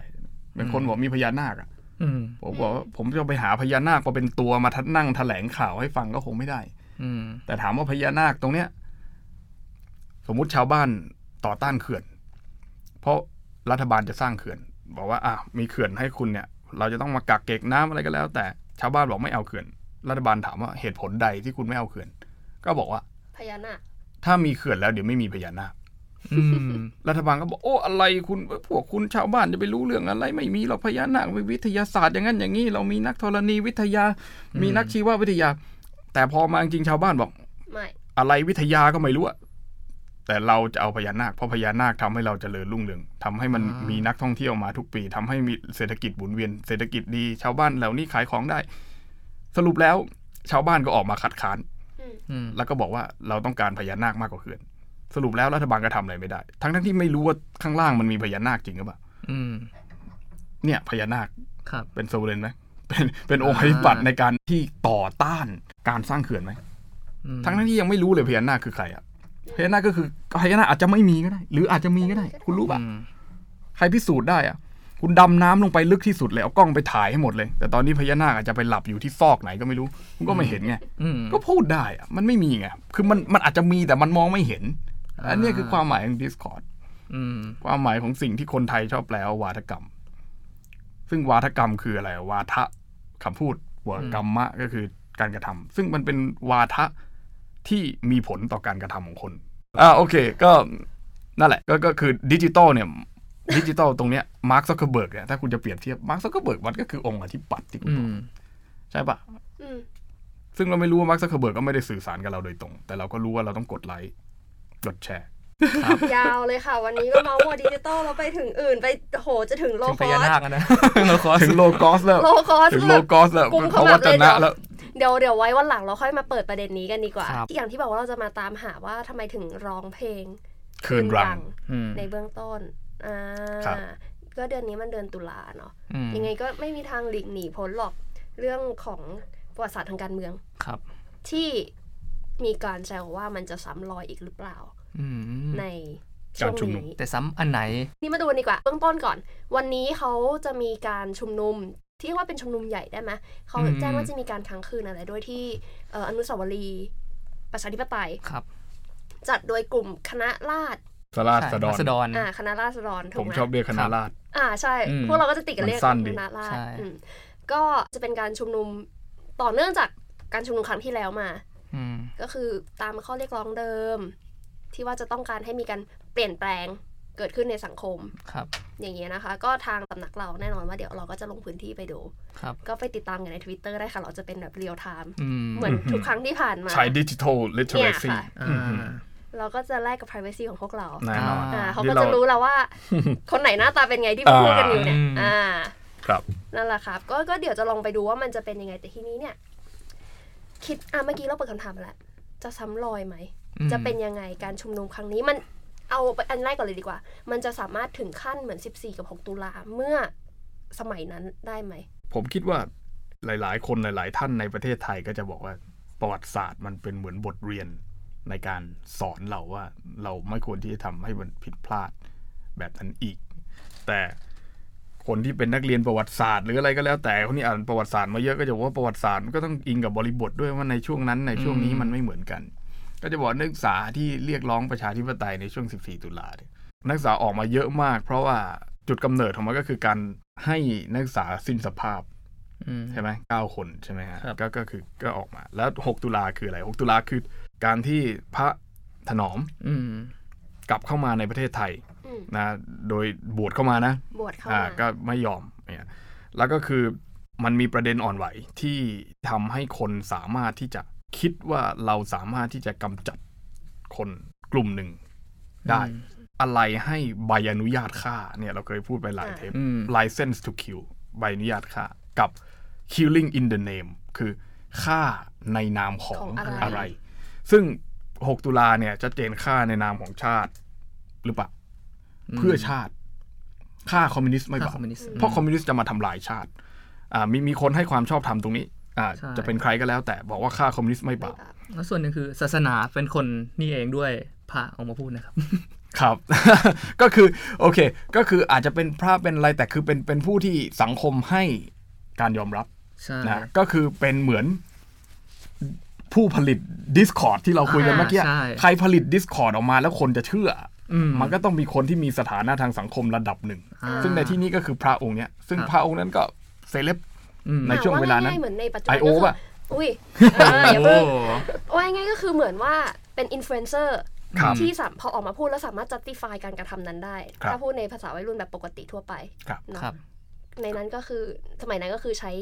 [SPEAKER 4] บางคนบอกมีพญานาคอ่ะ
[SPEAKER 3] อืม
[SPEAKER 4] ผมบอกว่าผมจะไปหาพญานาคมาเป็นตัวมาทัดนั่งแถลงข่าวให้ฟังก็คงไม่ได้
[SPEAKER 3] อืม
[SPEAKER 4] แต่ถามว่าพญานาคตรงเนี้ย สมมุติชาวบ้านต่อต้านเขื่อน เพราะรัฐบาลจะสร้างเขื่อน บอกว่าอ่ะมีเขื่อนให้คุณเนี่ย เราจะต้องมากักเก็บน้ำอะไรก็แล้ว แต่ชาวบ้านบอกไม่เอาเขื่อน รัฐบาลถามว่าเหตุผลใดที่คุณไม่เอาเขื่อน ก็บอกว่า
[SPEAKER 2] พญานาค
[SPEAKER 4] ถ้ามีเขื่อนแล้วเดี๋ยวไม่มีพญานาค
[SPEAKER 3] อืม
[SPEAKER 4] รัฐบาลก็บอกโอ้อะไรคุณพวกคุณชาวบ้านจะไปรู้เรื่องอะไร ไม่มีหรอกพญานาคมีวิทยาศาสตร์อย่างนั้นอย่างนี้ เรามีนักธรณีวิทยา มีนักชีววิทยา แต่พอมาจริงๆชาวบ้านบอก
[SPEAKER 2] ไม่
[SPEAKER 4] อะไรวิทยาก็ไม่รู้อะแต่เราจะเอาพญานาคเพราะพญานาคทำให้เราเจริญรุ่งเรืองทำให้มันมีนักท่องเที่ยวมาทุกปีทำให้มีเศรษฐกิจหมุนเวียนเศรษฐกิจดี ชาวบ้านเหล่านี้ขายของได้ สรุปแล้วชาวบ้านก็ออกมาคัดค้าน
[SPEAKER 2] อืม
[SPEAKER 3] อืม
[SPEAKER 4] แล้วก็บอกว่าเราต้องการพญานาคมากกว่าเขื่อน สรุปแล้วรัฐบาลก็ทำอะไรไม่ได้ ทั้งทั้งๆที่ไม่รู้ว่าข้างล่างมันมีพญานาคจริงหรือเปล่า
[SPEAKER 3] อืม
[SPEAKER 4] เนี่ยพญานาค
[SPEAKER 3] ครับ
[SPEAKER 4] เป็นโซเรนไหม เป็นเป็นองค์อธิปัตย์ในการที่ต่อต้านการสร้างเขื่อนไหม
[SPEAKER 3] อืม
[SPEAKER 4] ทั้งทั้งๆที่ยังไม่รู้เลยพญานาคคือใครอะพญานาคก็คือพญานาคอาจจะไม่มีก็ได้ หรืออาจจะมีก็ได้ คุณรู้ปะ
[SPEAKER 3] อืม
[SPEAKER 4] ใครพิสูจน์ได้อะคุณดำน้ำลงไปลึกที่สุดเลยเอากล้องไปถ่ายให้หมดเลย แต่ตอนนี้พญานาคอาจจะไปหลับอยู่ที่ซอกไหนก็ไม่รู้คุณก็ไม่เห็นไง
[SPEAKER 3] อืม
[SPEAKER 4] ก็พูดได้อะมันไม่มีไง คือมันมันอาจจะมีแต่มันมองไม่เห็น
[SPEAKER 3] อ่า
[SPEAKER 4] อันเนี้ยคือความหมายของ Discord
[SPEAKER 3] อืม
[SPEAKER 4] ความหมายของสิ่งที่คนไทยชอบแปลว่าวาทกรรม ซึ่งวาทกรรมคืออะไร วาทะคำพูดวากรรมะก็คือการกระทำ ซึ่งมันเป็นวาทะที่มีผลต่อการกระทำของคน อ่าโอเค ก็นั่นแหละ ก็ก็คือดิจิตอลเนี่ยดิจิตอลตรงเนี้ยมาร์คซักเคเบิร์กเนี่ยถ้าคุณจะเปรียบเทียบมาร์คซักเคเบิร์กมันก็คือองค์อธิปัตย์ที่คุณ
[SPEAKER 3] อื
[SPEAKER 4] บอก
[SPEAKER 3] ม
[SPEAKER 4] ใช่ปะ
[SPEAKER 2] อืม
[SPEAKER 4] ซึ่งเราไม่รู้ว่ามาร์คซักเคอร์เบิร์กก็ไม่ได้สื่อสารกับเราโดยตรง แต่เราก็รู้ว่าเราต้องกดไลค์ กดแชร์
[SPEAKER 2] ยาวเลยค่ะ วันนี้ก็เมาส์ว่าดิจิตอลเราไปถึงอื่นไปโหจะถึงโล
[SPEAKER 3] ถึง
[SPEAKER 2] ค
[SPEAKER 3] พ
[SPEAKER 2] อ
[SPEAKER 3] ญา
[SPEAKER 2] ส
[SPEAKER 3] นาคอะนะโลคอส
[SPEAKER 4] ถึงโลกอสแล้ว
[SPEAKER 2] โลคอส
[SPEAKER 4] ถึง
[SPEAKER 2] เล
[SPEAKER 4] โล
[SPEAKER 2] ย
[SPEAKER 4] กอสแล้ว
[SPEAKER 2] กุมข
[SPEAKER 4] เพ
[SPEAKER 2] มับ
[SPEAKER 4] ราะว่าจะนะแล้ว
[SPEAKER 2] เดี๋ยวเดี๋ยวไว้วันหลังเราค่อยมาเปิดประเด็นนี้กันดีกว่า
[SPEAKER 3] ครับ
[SPEAKER 2] อย่างที่บอกว่าเราจะมาตามหาว่าทำไมถึงร้องเพลง
[SPEAKER 4] คืนรัง
[SPEAKER 3] อืม
[SPEAKER 2] ในเบื้องต้นอ่า
[SPEAKER 4] ครับ
[SPEAKER 2] ก็เดือนนี้มันเดือนตุลาเนาะ
[SPEAKER 3] อืม
[SPEAKER 2] ยังไงก็ไม่มีทางหลีกหนีพ้นหรอกเรื่องของประวัติศาสตร์ทางการเมือง
[SPEAKER 3] ครับ
[SPEAKER 2] ที่มีการแซวว่ามันจะซ้ำรอยอีกหรือเปล่า
[SPEAKER 3] อืม
[SPEAKER 2] ในช่
[SPEAKER 4] กาว รง ชุมนุม
[SPEAKER 2] นี้
[SPEAKER 3] แต่ซ้ำอันไหน
[SPEAKER 2] นี่มาดูกันดีกว่าเบื้องต้นก่อน วันนี้เขาจะมีการชุมนุมที่ว่าเป็นชุมนุมใหญ่ได้ไหมเขาแจ้ง
[SPEAKER 3] อืม
[SPEAKER 2] ว่าจะมีการค้างคืนอะไรด้วยที่เอ่ออนุสาวรีย์ประชาธิปไตย
[SPEAKER 3] ครับ
[SPEAKER 2] จัดโดยกลุ่มคณะราษฎร
[SPEAKER 4] สลาดสะดอน
[SPEAKER 3] ใช่ราษฎร
[SPEAKER 2] อ่าคณะราษฎรถู
[SPEAKER 4] ผ
[SPEAKER 2] ก
[SPEAKER 4] ม
[SPEAKER 2] ไหม
[SPEAKER 4] ชอบเรียกคณะราษฎร
[SPEAKER 2] อ่าใช่
[SPEAKER 3] อืม
[SPEAKER 2] พวกเราก็จะติดกันเรียก
[SPEAKER 4] มันสั้นดิ
[SPEAKER 2] คณะราษฎ
[SPEAKER 3] ใช่
[SPEAKER 2] รอืมก็จะเป็นการชุมนุมต่อเนื่องจากการชุมนุมครั้งที่แล้วมา
[SPEAKER 3] อืม
[SPEAKER 2] ก็คือตามข้อเรียกร้องเดิม ที่ว่าจะต้องการให้มีการเปลี่ยนแปลงเกิดขึ้นในสังคม
[SPEAKER 3] ครับ
[SPEAKER 2] อย่างเงี้ยนะคะ ก็ทางสำนักเราแน่นอนว่าเดี๋ยวเราก็จะลงพื้นที่ไปดู
[SPEAKER 3] ครับ
[SPEAKER 2] ก็ไปติดตามกันใน Twitter ได้ค่ะ เราจะเป็นแบบเรียลไทม์
[SPEAKER 3] อืม
[SPEAKER 2] เหมือนทุกครั้งที่ผ่านมา
[SPEAKER 4] ใช้ดิจิทัลลิเทอเรซี
[SPEAKER 2] เนี่ยค่ะ
[SPEAKER 3] อ่า
[SPEAKER 2] เราก็จะแลกกับ Privacy ของพวกเรา
[SPEAKER 4] แน่นอน
[SPEAKER 2] อ่าเขา
[SPEAKER 4] นี่
[SPEAKER 2] ก็
[SPEAKER 4] เรา
[SPEAKER 2] จะรู้แล้วว่า คนไหนหน้าตาเป็นไงที่พูดกันอยู่เนี่ย
[SPEAKER 3] อ่า
[SPEAKER 2] อ่า
[SPEAKER 4] ครับ
[SPEAKER 2] นั่นแหละครับก็ก็เดี๋ยวจะลองไปดูว่ามันจะเป็นยังไงแต่ทีนี้เนี่ย คิดอ่ะเมื่อกี้เราเปิดคำถามไปแล้วจะซ้ำรอยไหม
[SPEAKER 3] อืม
[SPEAKER 2] จะเป็นยังไงการชุมนุมครั้งนี้มันเอาไปอันแรกก่อนเลยดีกว่า มันจะสามารถถึงขั้นเหมือน 14 กับ 6 ตุลาเมื่อสมัยนั้นได้ไหม
[SPEAKER 4] ผมคิดว่าหลายๆ คนหลาย ๆ ท่านในประเทศไทยก็จะบอกว่าประวัติศาสตร์มันเป็นเหมือนบทเรียนในการสอนเราว่า เราไม่ควรที่จะทำให้มันผิดพลาดแบบนั้นอีก แต่คนที่เป็นนักเรียนประวัติศาสตร์ หรืออะไรก็แล้วแต่คนที่อ่านประวัติศาสตร์มาเยอะก็จะบอกว่าประวัติศาสตร์มันก็ต้องอิงกับบริบทด้วยว่าในช่วงนั้นในช่วงนี้มันไม่เหมือนกัน ก็จะบอกนักศึกษาที่เรียกร้องประชาธิปไตยในช่วง 14 ตุลาเนี่ยนักศึกษาออกมาเยอะมาก เพราะว่าจุดกำเนิดของมันก็คือการให้นักศึกษาสิ้นสภาพ
[SPEAKER 3] อืม
[SPEAKER 4] ใช่ไหมเก้าคนใช่ไหมฮะ
[SPEAKER 3] ครับ
[SPEAKER 4] ก็ก็คือก็ออกมา แล้ว 6 ตุลาคืออะไร 6 ตุลาคือการที่พระถนอม
[SPEAKER 3] อืม
[SPEAKER 4] กลับเข้ามาในประเทศไทย
[SPEAKER 2] อืม
[SPEAKER 4] นะโดยบวชเข้ามานะ
[SPEAKER 2] บวชเข้า
[SPEAKER 4] อ่า
[SPEAKER 2] มา
[SPEAKER 4] ก็ไม่ยอมเนี่ยแล้วก็คือมันมีประเด็นอ่อนไหวที่ทำให้คนสามารถที่จะคิดว่าเราสามารถที่จะกำจัดคนกลุ่มหนึ่งได้
[SPEAKER 3] อืม
[SPEAKER 4] อะไรให้ใบอนุญาตฆ่าเนี่ยเราเคยพูดไปหลายเทป
[SPEAKER 3] อืม
[SPEAKER 4] license to kill ใบอนุญาตฆ่ากับ killing in the name คือฆ่าในนามของ
[SPEAKER 2] ของอะไร
[SPEAKER 4] อะไร ซึ่ง 6 ตุลาเนี่ยชัดเจนฆ่าในนามของชาติหรือเปล่า เพื่อชาติฆ่าคอมมิวนิสต์ไม่บา
[SPEAKER 3] ฆ่าค
[SPEAKER 4] ป
[SPEAKER 3] อมมิวนิสต์
[SPEAKER 4] เพราะคอมมิวนิสต์จะมาทำลายชาติ อ่ามีมีคนให้ความชอบธรรมตรงนี้อ่า
[SPEAKER 3] ใช่
[SPEAKER 4] จะเป็นใครก็แล้วแต่บอกว่าฆ่าคอมมิวนิสต์ไม่
[SPEAKER 2] ไม่
[SPEAKER 4] บาป
[SPEAKER 2] บาป
[SPEAKER 3] แล้วส่วนหนึ่งคือศาสนาเป็นคนนี่เองด้วยพระออกมาพูดนะครับ
[SPEAKER 4] ครับ ก็คือโอเค ก็คืออาจจะเป็นพระเป็นอะไรแต่คือเป็นเป็นผู้ที่สังคมให้การยอมรับ
[SPEAKER 3] ใช่
[SPEAKER 4] นะก็คือเป็นเหมือนผู้ผลิต Discord ที่เราคุยกันเมื่อกี้
[SPEAKER 3] อ่าใช่
[SPEAKER 4] ใครผลิต Discord ออกมาแล้วคนจะเชื่อ
[SPEAKER 3] อื
[SPEAKER 4] อมันก็ต้องมีคนที่มีสถานะทางสังคมระดับหนึ่ง
[SPEAKER 3] อ่า
[SPEAKER 4] ซึ่งในที่นี้ก็คือพระองค์เนี้ยซึ่ง
[SPEAKER 3] ครับ
[SPEAKER 4] พระองค์นั้นก็เซเลบ
[SPEAKER 3] อืม
[SPEAKER 4] ใน ช่วงเวลานั้น
[SPEAKER 2] อ่ะง่ยๆเหมือนในปัจจุบั
[SPEAKER 4] ไอโอ
[SPEAKER 2] ก็คื
[SPEAKER 4] ป่ะ
[SPEAKER 2] อุ้ยเอออย่าเพิ่ง
[SPEAKER 3] โอ้
[SPEAKER 2] ว่าง่ายๆก็คือเหมือนว่าเป็นอินฟลูเอนเซอร์
[SPEAKER 4] ครับ
[SPEAKER 2] ที่สามพอออกมาพูดแล้วสามารถ justify การกระทำนั้นได้
[SPEAKER 4] ครับ
[SPEAKER 2] ถ้าพูดในภาษาวัยรุ่นแบบปกติทั่วไป
[SPEAKER 4] ครับ
[SPEAKER 2] เนอะ
[SPEAKER 3] ครับ
[SPEAKER 2] ในนั้นก็คือสมัยนั้นก็คือใช้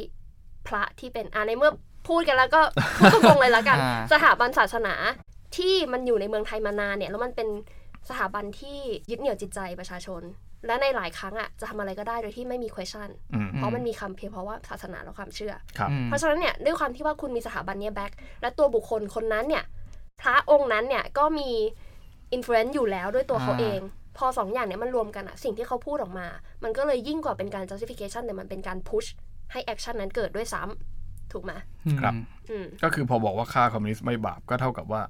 [SPEAKER 2] พระที่เป็นอ่าในเมื่อพูดกันแล้วก็ พูดตรงๆเลยละกัน
[SPEAKER 3] อ่า
[SPEAKER 2] สถาบันศาสนาที่มันอยู่ในเมืองไทยมานานเนี่ย แล้วมันเป็นสถาบันที่ยึดเหนี่ยวจิตใจประชาชน และในหลายครั้งอ่ะจะทำอะไรก็ได้โดยที่ไม่มี question
[SPEAKER 4] อืม
[SPEAKER 2] เพราะมันมีคำเพียงเพราะว่าศาสนาและความเชื่อ
[SPEAKER 4] ครับ
[SPEAKER 3] อืม
[SPEAKER 2] เพราะฉะนั้นเนี่ยด้วยความที่ว่าคุณมีสถาบันเนี้ยแบ็คและตัวบุคคลคนนั้นเนี่ยพระองค์นั้นเนี่ยก็มีอิ f l u e n c e อยู่แล้วด้วยตัวเขา
[SPEAKER 3] อ่า
[SPEAKER 2] เอง พอสองอย่างเนี่ยมันรวมกันอะสิ่งที่เขาพูดออกมา มันก็เลยยิ่งกว่าเป็นการ justification แต่มันเป็นการ push ให้แอคชั่นนั้นเกิดด้วยซ้ำถูกไหม
[SPEAKER 4] ครับ
[SPEAKER 2] อืม
[SPEAKER 4] ก็คือพอบอกว่าฆ่าคอมมิวนิสต์ไม่บาปก็เท่ากับว่า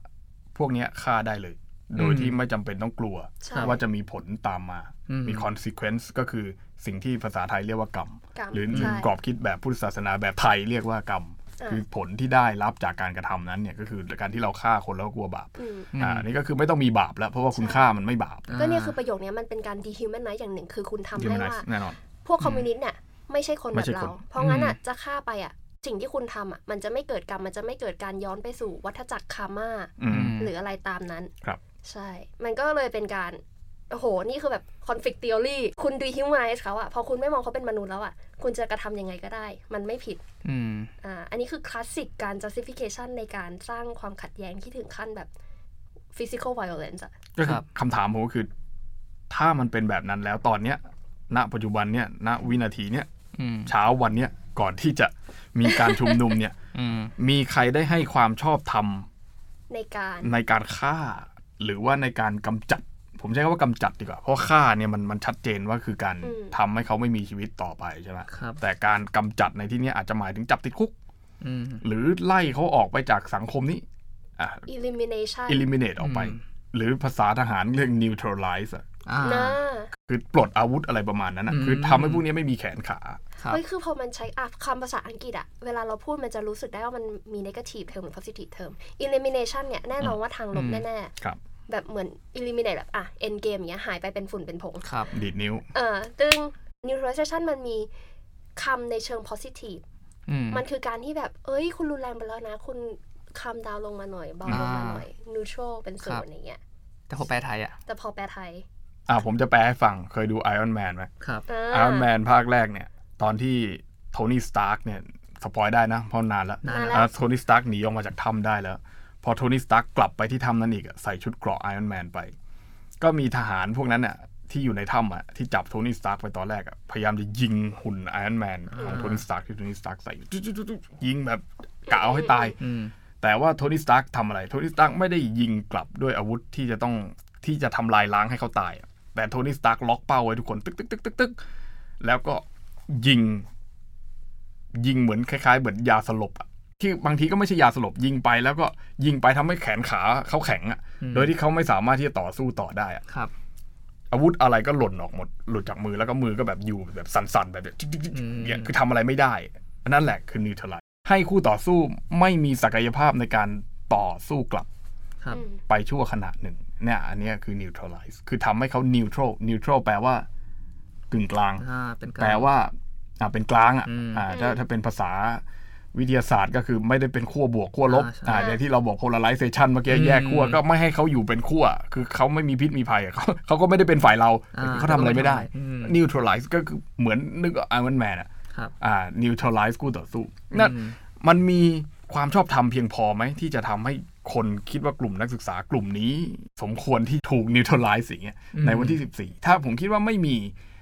[SPEAKER 4] พวกเนี้ยฆ่าได้เลย โดย
[SPEAKER 3] อืม
[SPEAKER 4] ที่ไม่จำเป็นต้องกลัว
[SPEAKER 2] ใช่
[SPEAKER 4] ว่าจะมีผลตามมา
[SPEAKER 3] อืม
[SPEAKER 4] มี consequence ก็คือสิ่งที่ภาษาไทยเรียกว่ากรรม
[SPEAKER 2] กรรม
[SPEAKER 4] หรือ
[SPEAKER 2] ใช่
[SPEAKER 4] กรอบคิดแบบพุทธศาสนาแบบไทยเรียกว่ากรรม
[SPEAKER 2] อ่า
[SPEAKER 4] คือผลที่ได้รับจากการกระทำนั้นเนี่ยก็คือการที่เราฆ่าคนแล้วกลัวบาป
[SPEAKER 2] อืม
[SPEAKER 3] อืม
[SPEAKER 4] อ่าอันนี่ก็คือไม่ต้องมีบาปแล้ว เพราะว่าคุณ
[SPEAKER 2] ใช่
[SPEAKER 4] ฆ่ามันไม่บาป
[SPEAKER 2] ก็เนี่ยคือประโยคเนี้ยมันเป็นการ dehumanize อย่างหนึ่ง คือคุณทำ
[SPEAKER 4] ยูม
[SPEAKER 2] ให้
[SPEAKER 4] ไน
[SPEAKER 2] ว่า
[SPEAKER 4] ส์แน่นอน
[SPEAKER 2] พวกคอมมิวนิสต์เนี่ยไม่ใช่คน
[SPEAKER 4] ไม่
[SPEAKER 2] แบบ
[SPEAKER 4] ใช่ค
[SPEAKER 2] เรา
[SPEAKER 4] น
[SPEAKER 2] เพราะงั้นอ่ะ
[SPEAKER 3] อืม
[SPEAKER 2] จะฆ่าไปอ่ะสิ่งที่คุณทำอ่ะมันจะไม่เกิดกรรมมันจะไม่เกิดการย้อนไปสู่วัฏจักรคามา
[SPEAKER 4] อืม
[SPEAKER 2] หรืออะไรตามนั้น
[SPEAKER 4] ครับ
[SPEAKER 2] ใช่ มันก็เลยเป็นการ โอ้โห นี่คือแบบคอนฟ lict theory คุณดีฮิวไนส์เขาอะพอคุณไม่มองเขาเป็นมนุษย์แล้วอะคุณจะกระทำยังไงก็ได้ มันไม่ผิด
[SPEAKER 3] อืม
[SPEAKER 2] อ่า อันนี้คือคลาสสิกการ justification ในการสร้างความขัดแย้งที่ถึงขั้นแบบ physical violence อะ
[SPEAKER 4] ก็คื
[SPEAKER 3] ครั
[SPEAKER 4] อบ คำถามผมก็คือ ถ้ามันเป็นแบบนั้นแล้วตอนเนี้ย ณ ปัจจุบันเนี่ย ณ วินาทีเนี่ย
[SPEAKER 3] อืม
[SPEAKER 4] เช้าวันเนี้ยก่อนที่จะมีการชุมนุมเนี่ย
[SPEAKER 3] อืม
[SPEAKER 4] มีใครได้ให้ความชอบธรรม
[SPEAKER 2] ในการ
[SPEAKER 4] ในการฆ่า หรือว่าในการกำจัด ผมใช้คำว่ากำจัดดีกว่า เพราะฆ่าเนี่ยมันมันชัดเจนว่าคือการทำให้เขาไม่มีชีวิตต่อไปใช่ไหม
[SPEAKER 3] ครับ
[SPEAKER 4] แต่การกำจัดในที่เนี้ยอาจจะหมายถึงจับติดคุก
[SPEAKER 3] อืม
[SPEAKER 4] หรือไล่เขาออกไปจากสังคมนี้อ่ะ
[SPEAKER 2] elimination
[SPEAKER 4] eliminate ออกไป
[SPEAKER 3] อืม
[SPEAKER 4] หรือภาษาทหารเรียก neutralize อะ
[SPEAKER 3] อ่า
[SPEAKER 2] นะ
[SPEAKER 4] คือปลดอาวุธอะไรประมาณนั้นนะ
[SPEAKER 3] อืม
[SPEAKER 4] คือทำให้พวกนี้ไม่มีแขนขา
[SPEAKER 3] ครับ
[SPEAKER 2] เฮ้ย คือพอมันใช้อ่ะคำภาษาอังกฤษอะเวลาเราพูดมันจะรู้สึกได้ว่ามันมี negative term หรือ positive term elimination เนี่ย แน่นอนว่าทางลบ
[SPEAKER 3] อืม
[SPEAKER 2] แน่
[SPEAKER 4] ครับ
[SPEAKER 2] ๆ แบบเหมือน eliminate แบบ อ่ะ end game อย่างเงี้ย หายไปเป็นฝุ่นเป็นผง
[SPEAKER 3] ครับ
[SPEAKER 4] ดีดนิ้ว
[SPEAKER 2] เออตึง neutralization มันมีคำในเชิง positive
[SPEAKER 3] อืม
[SPEAKER 2] มันคือการที่แบบ เอ้ย คุณรุนแรงไปแล้วนะ คุณคำดาวน์ลงมาหน่อย เบาลงมาหน่อย neutral เป็นศู
[SPEAKER 3] ครับ
[SPEAKER 2] นย์อย่างเงี้ย
[SPEAKER 3] แต่เขาแปลไทยอ่ะ
[SPEAKER 2] แต่พอแปลไทย
[SPEAKER 4] อ่าผมจะแปลให้ฟัง เคยดู Iron Man ไหม
[SPEAKER 3] ครับ
[SPEAKER 2] อ่า
[SPEAKER 4] Iron Man ภาคแรกเนี่ย ตอนที่โทนี่สตาร์กเนี่ย สปอยได้นะ เพราะนานแล้ว
[SPEAKER 3] นาน
[SPEAKER 2] แล้ว
[SPEAKER 4] อ่าโทนี่สตาร์กหนีออกมาจากถ้ำได้แล้ว พอโทนี่สตาร์กกลับไปที่ถ้ำนั้นอีกอะใส่ชุดเกราะ Iron Man ไป ก็มีทหารพวกนั้นน่ะที่อยู่ในถ้ำอ่ะที่จับโทนี่สตาร์กไปตอนแรกอ่ะพยายามจะยิงหุ่น Iron Man ของโทนี่สตาร์กที่โทนี่สตาร์กใส่อยู่จุ๊ดๆๆยิงแบบกะเอาให้ตาย
[SPEAKER 3] อืม
[SPEAKER 4] แต่ว่าโทนี่สตาร์กทำอะไร โทนี่สตาร์กไม่ได้ยิงกลับด้วยอาวุธที่จะต้องที่จะทำลายล้างให้เขาตายอะแต่โทนี่สตาร์กล็อกเป้าไว้ทุกคนตึกตึกตึกตึกตึกแล้วก็ยิง ยิงเหมือนคล้ายๆเหมือนยาสลบอะที่บางทีก็ไม่ใช่ยาสลบยิงไปแล้วก็ยิงไปทำให้แขนขาเขาแข็งอะ
[SPEAKER 3] อืม
[SPEAKER 4] โดยที่เขาไม่สามารถที่จะต่อสู้ต่อได้อะ
[SPEAKER 3] ครับ
[SPEAKER 4] อาวุธอะไรก็หล่นออกหมดหลุดจากมือแล้วก็มือก็แบบอยู่แบบสั่นๆแบบเนี่ย
[SPEAKER 3] อืม
[SPEAKER 4] เนี่ยคือทำอะไรไม่ได้อันนั่นแหละคือนิวทรไลให้คู่ต่อสู้ไม่มีศักยภาพในการต่อสู้กลับ
[SPEAKER 3] ครับ
[SPEAKER 2] อืม
[SPEAKER 4] ไปชั่วขณะหนึ่งเนี่ยอันเนี้ยคือ neutralize คือทำให้เขา neutral neutral แปลว่ากึ่งกลาง
[SPEAKER 3] อ่า เป็นกลาง
[SPEAKER 4] แปลว่า อ่าเป็นกลางอ่ะ
[SPEAKER 3] อืม
[SPEAKER 4] อ่าถ้าถ้าเป็นภาษาวิทยาศาสตร์ก็คือไม่ได้เป็นขั้วบวกขั้วลบ
[SPEAKER 3] อ่าใช่
[SPEAKER 4] อ่าอย่างที่เราบอก polarization เมื่อกี้
[SPEAKER 3] อืม
[SPEAKER 4] แยกขั้วก็ไม่ให้เขาอยู่เป็นขั้วคือเขาไม่มีพิษมีภัยอะเขาเขาก็ไม่ได้เป็นฝ่ายเรา
[SPEAKER 3] อ่า
[SPEAKER 4] เขาทำอะไรไม่ได้
[SPEAKER 3] อืม
[SPEAKER 4] neutralize ก็คือเหมือนนึกไอรอนแมนอ่ะ
[SPEAKER 3] ครับ
[SPEAKER 4] อ่า neutralize คู่ต่อสู้นั่นมันมีความชอบธรรมเพียงพอไหม ที่จะทำให้คนคิดว่ากลุ่มนักศึกษากลุ่มนี้ สมควรที่ถูก neutralize อย่างเงี้ย
[SPEAKER 3] อืม
[SPEAKER 4] ในวันที่ 14 ถ้าผมคิดว่าไม่มี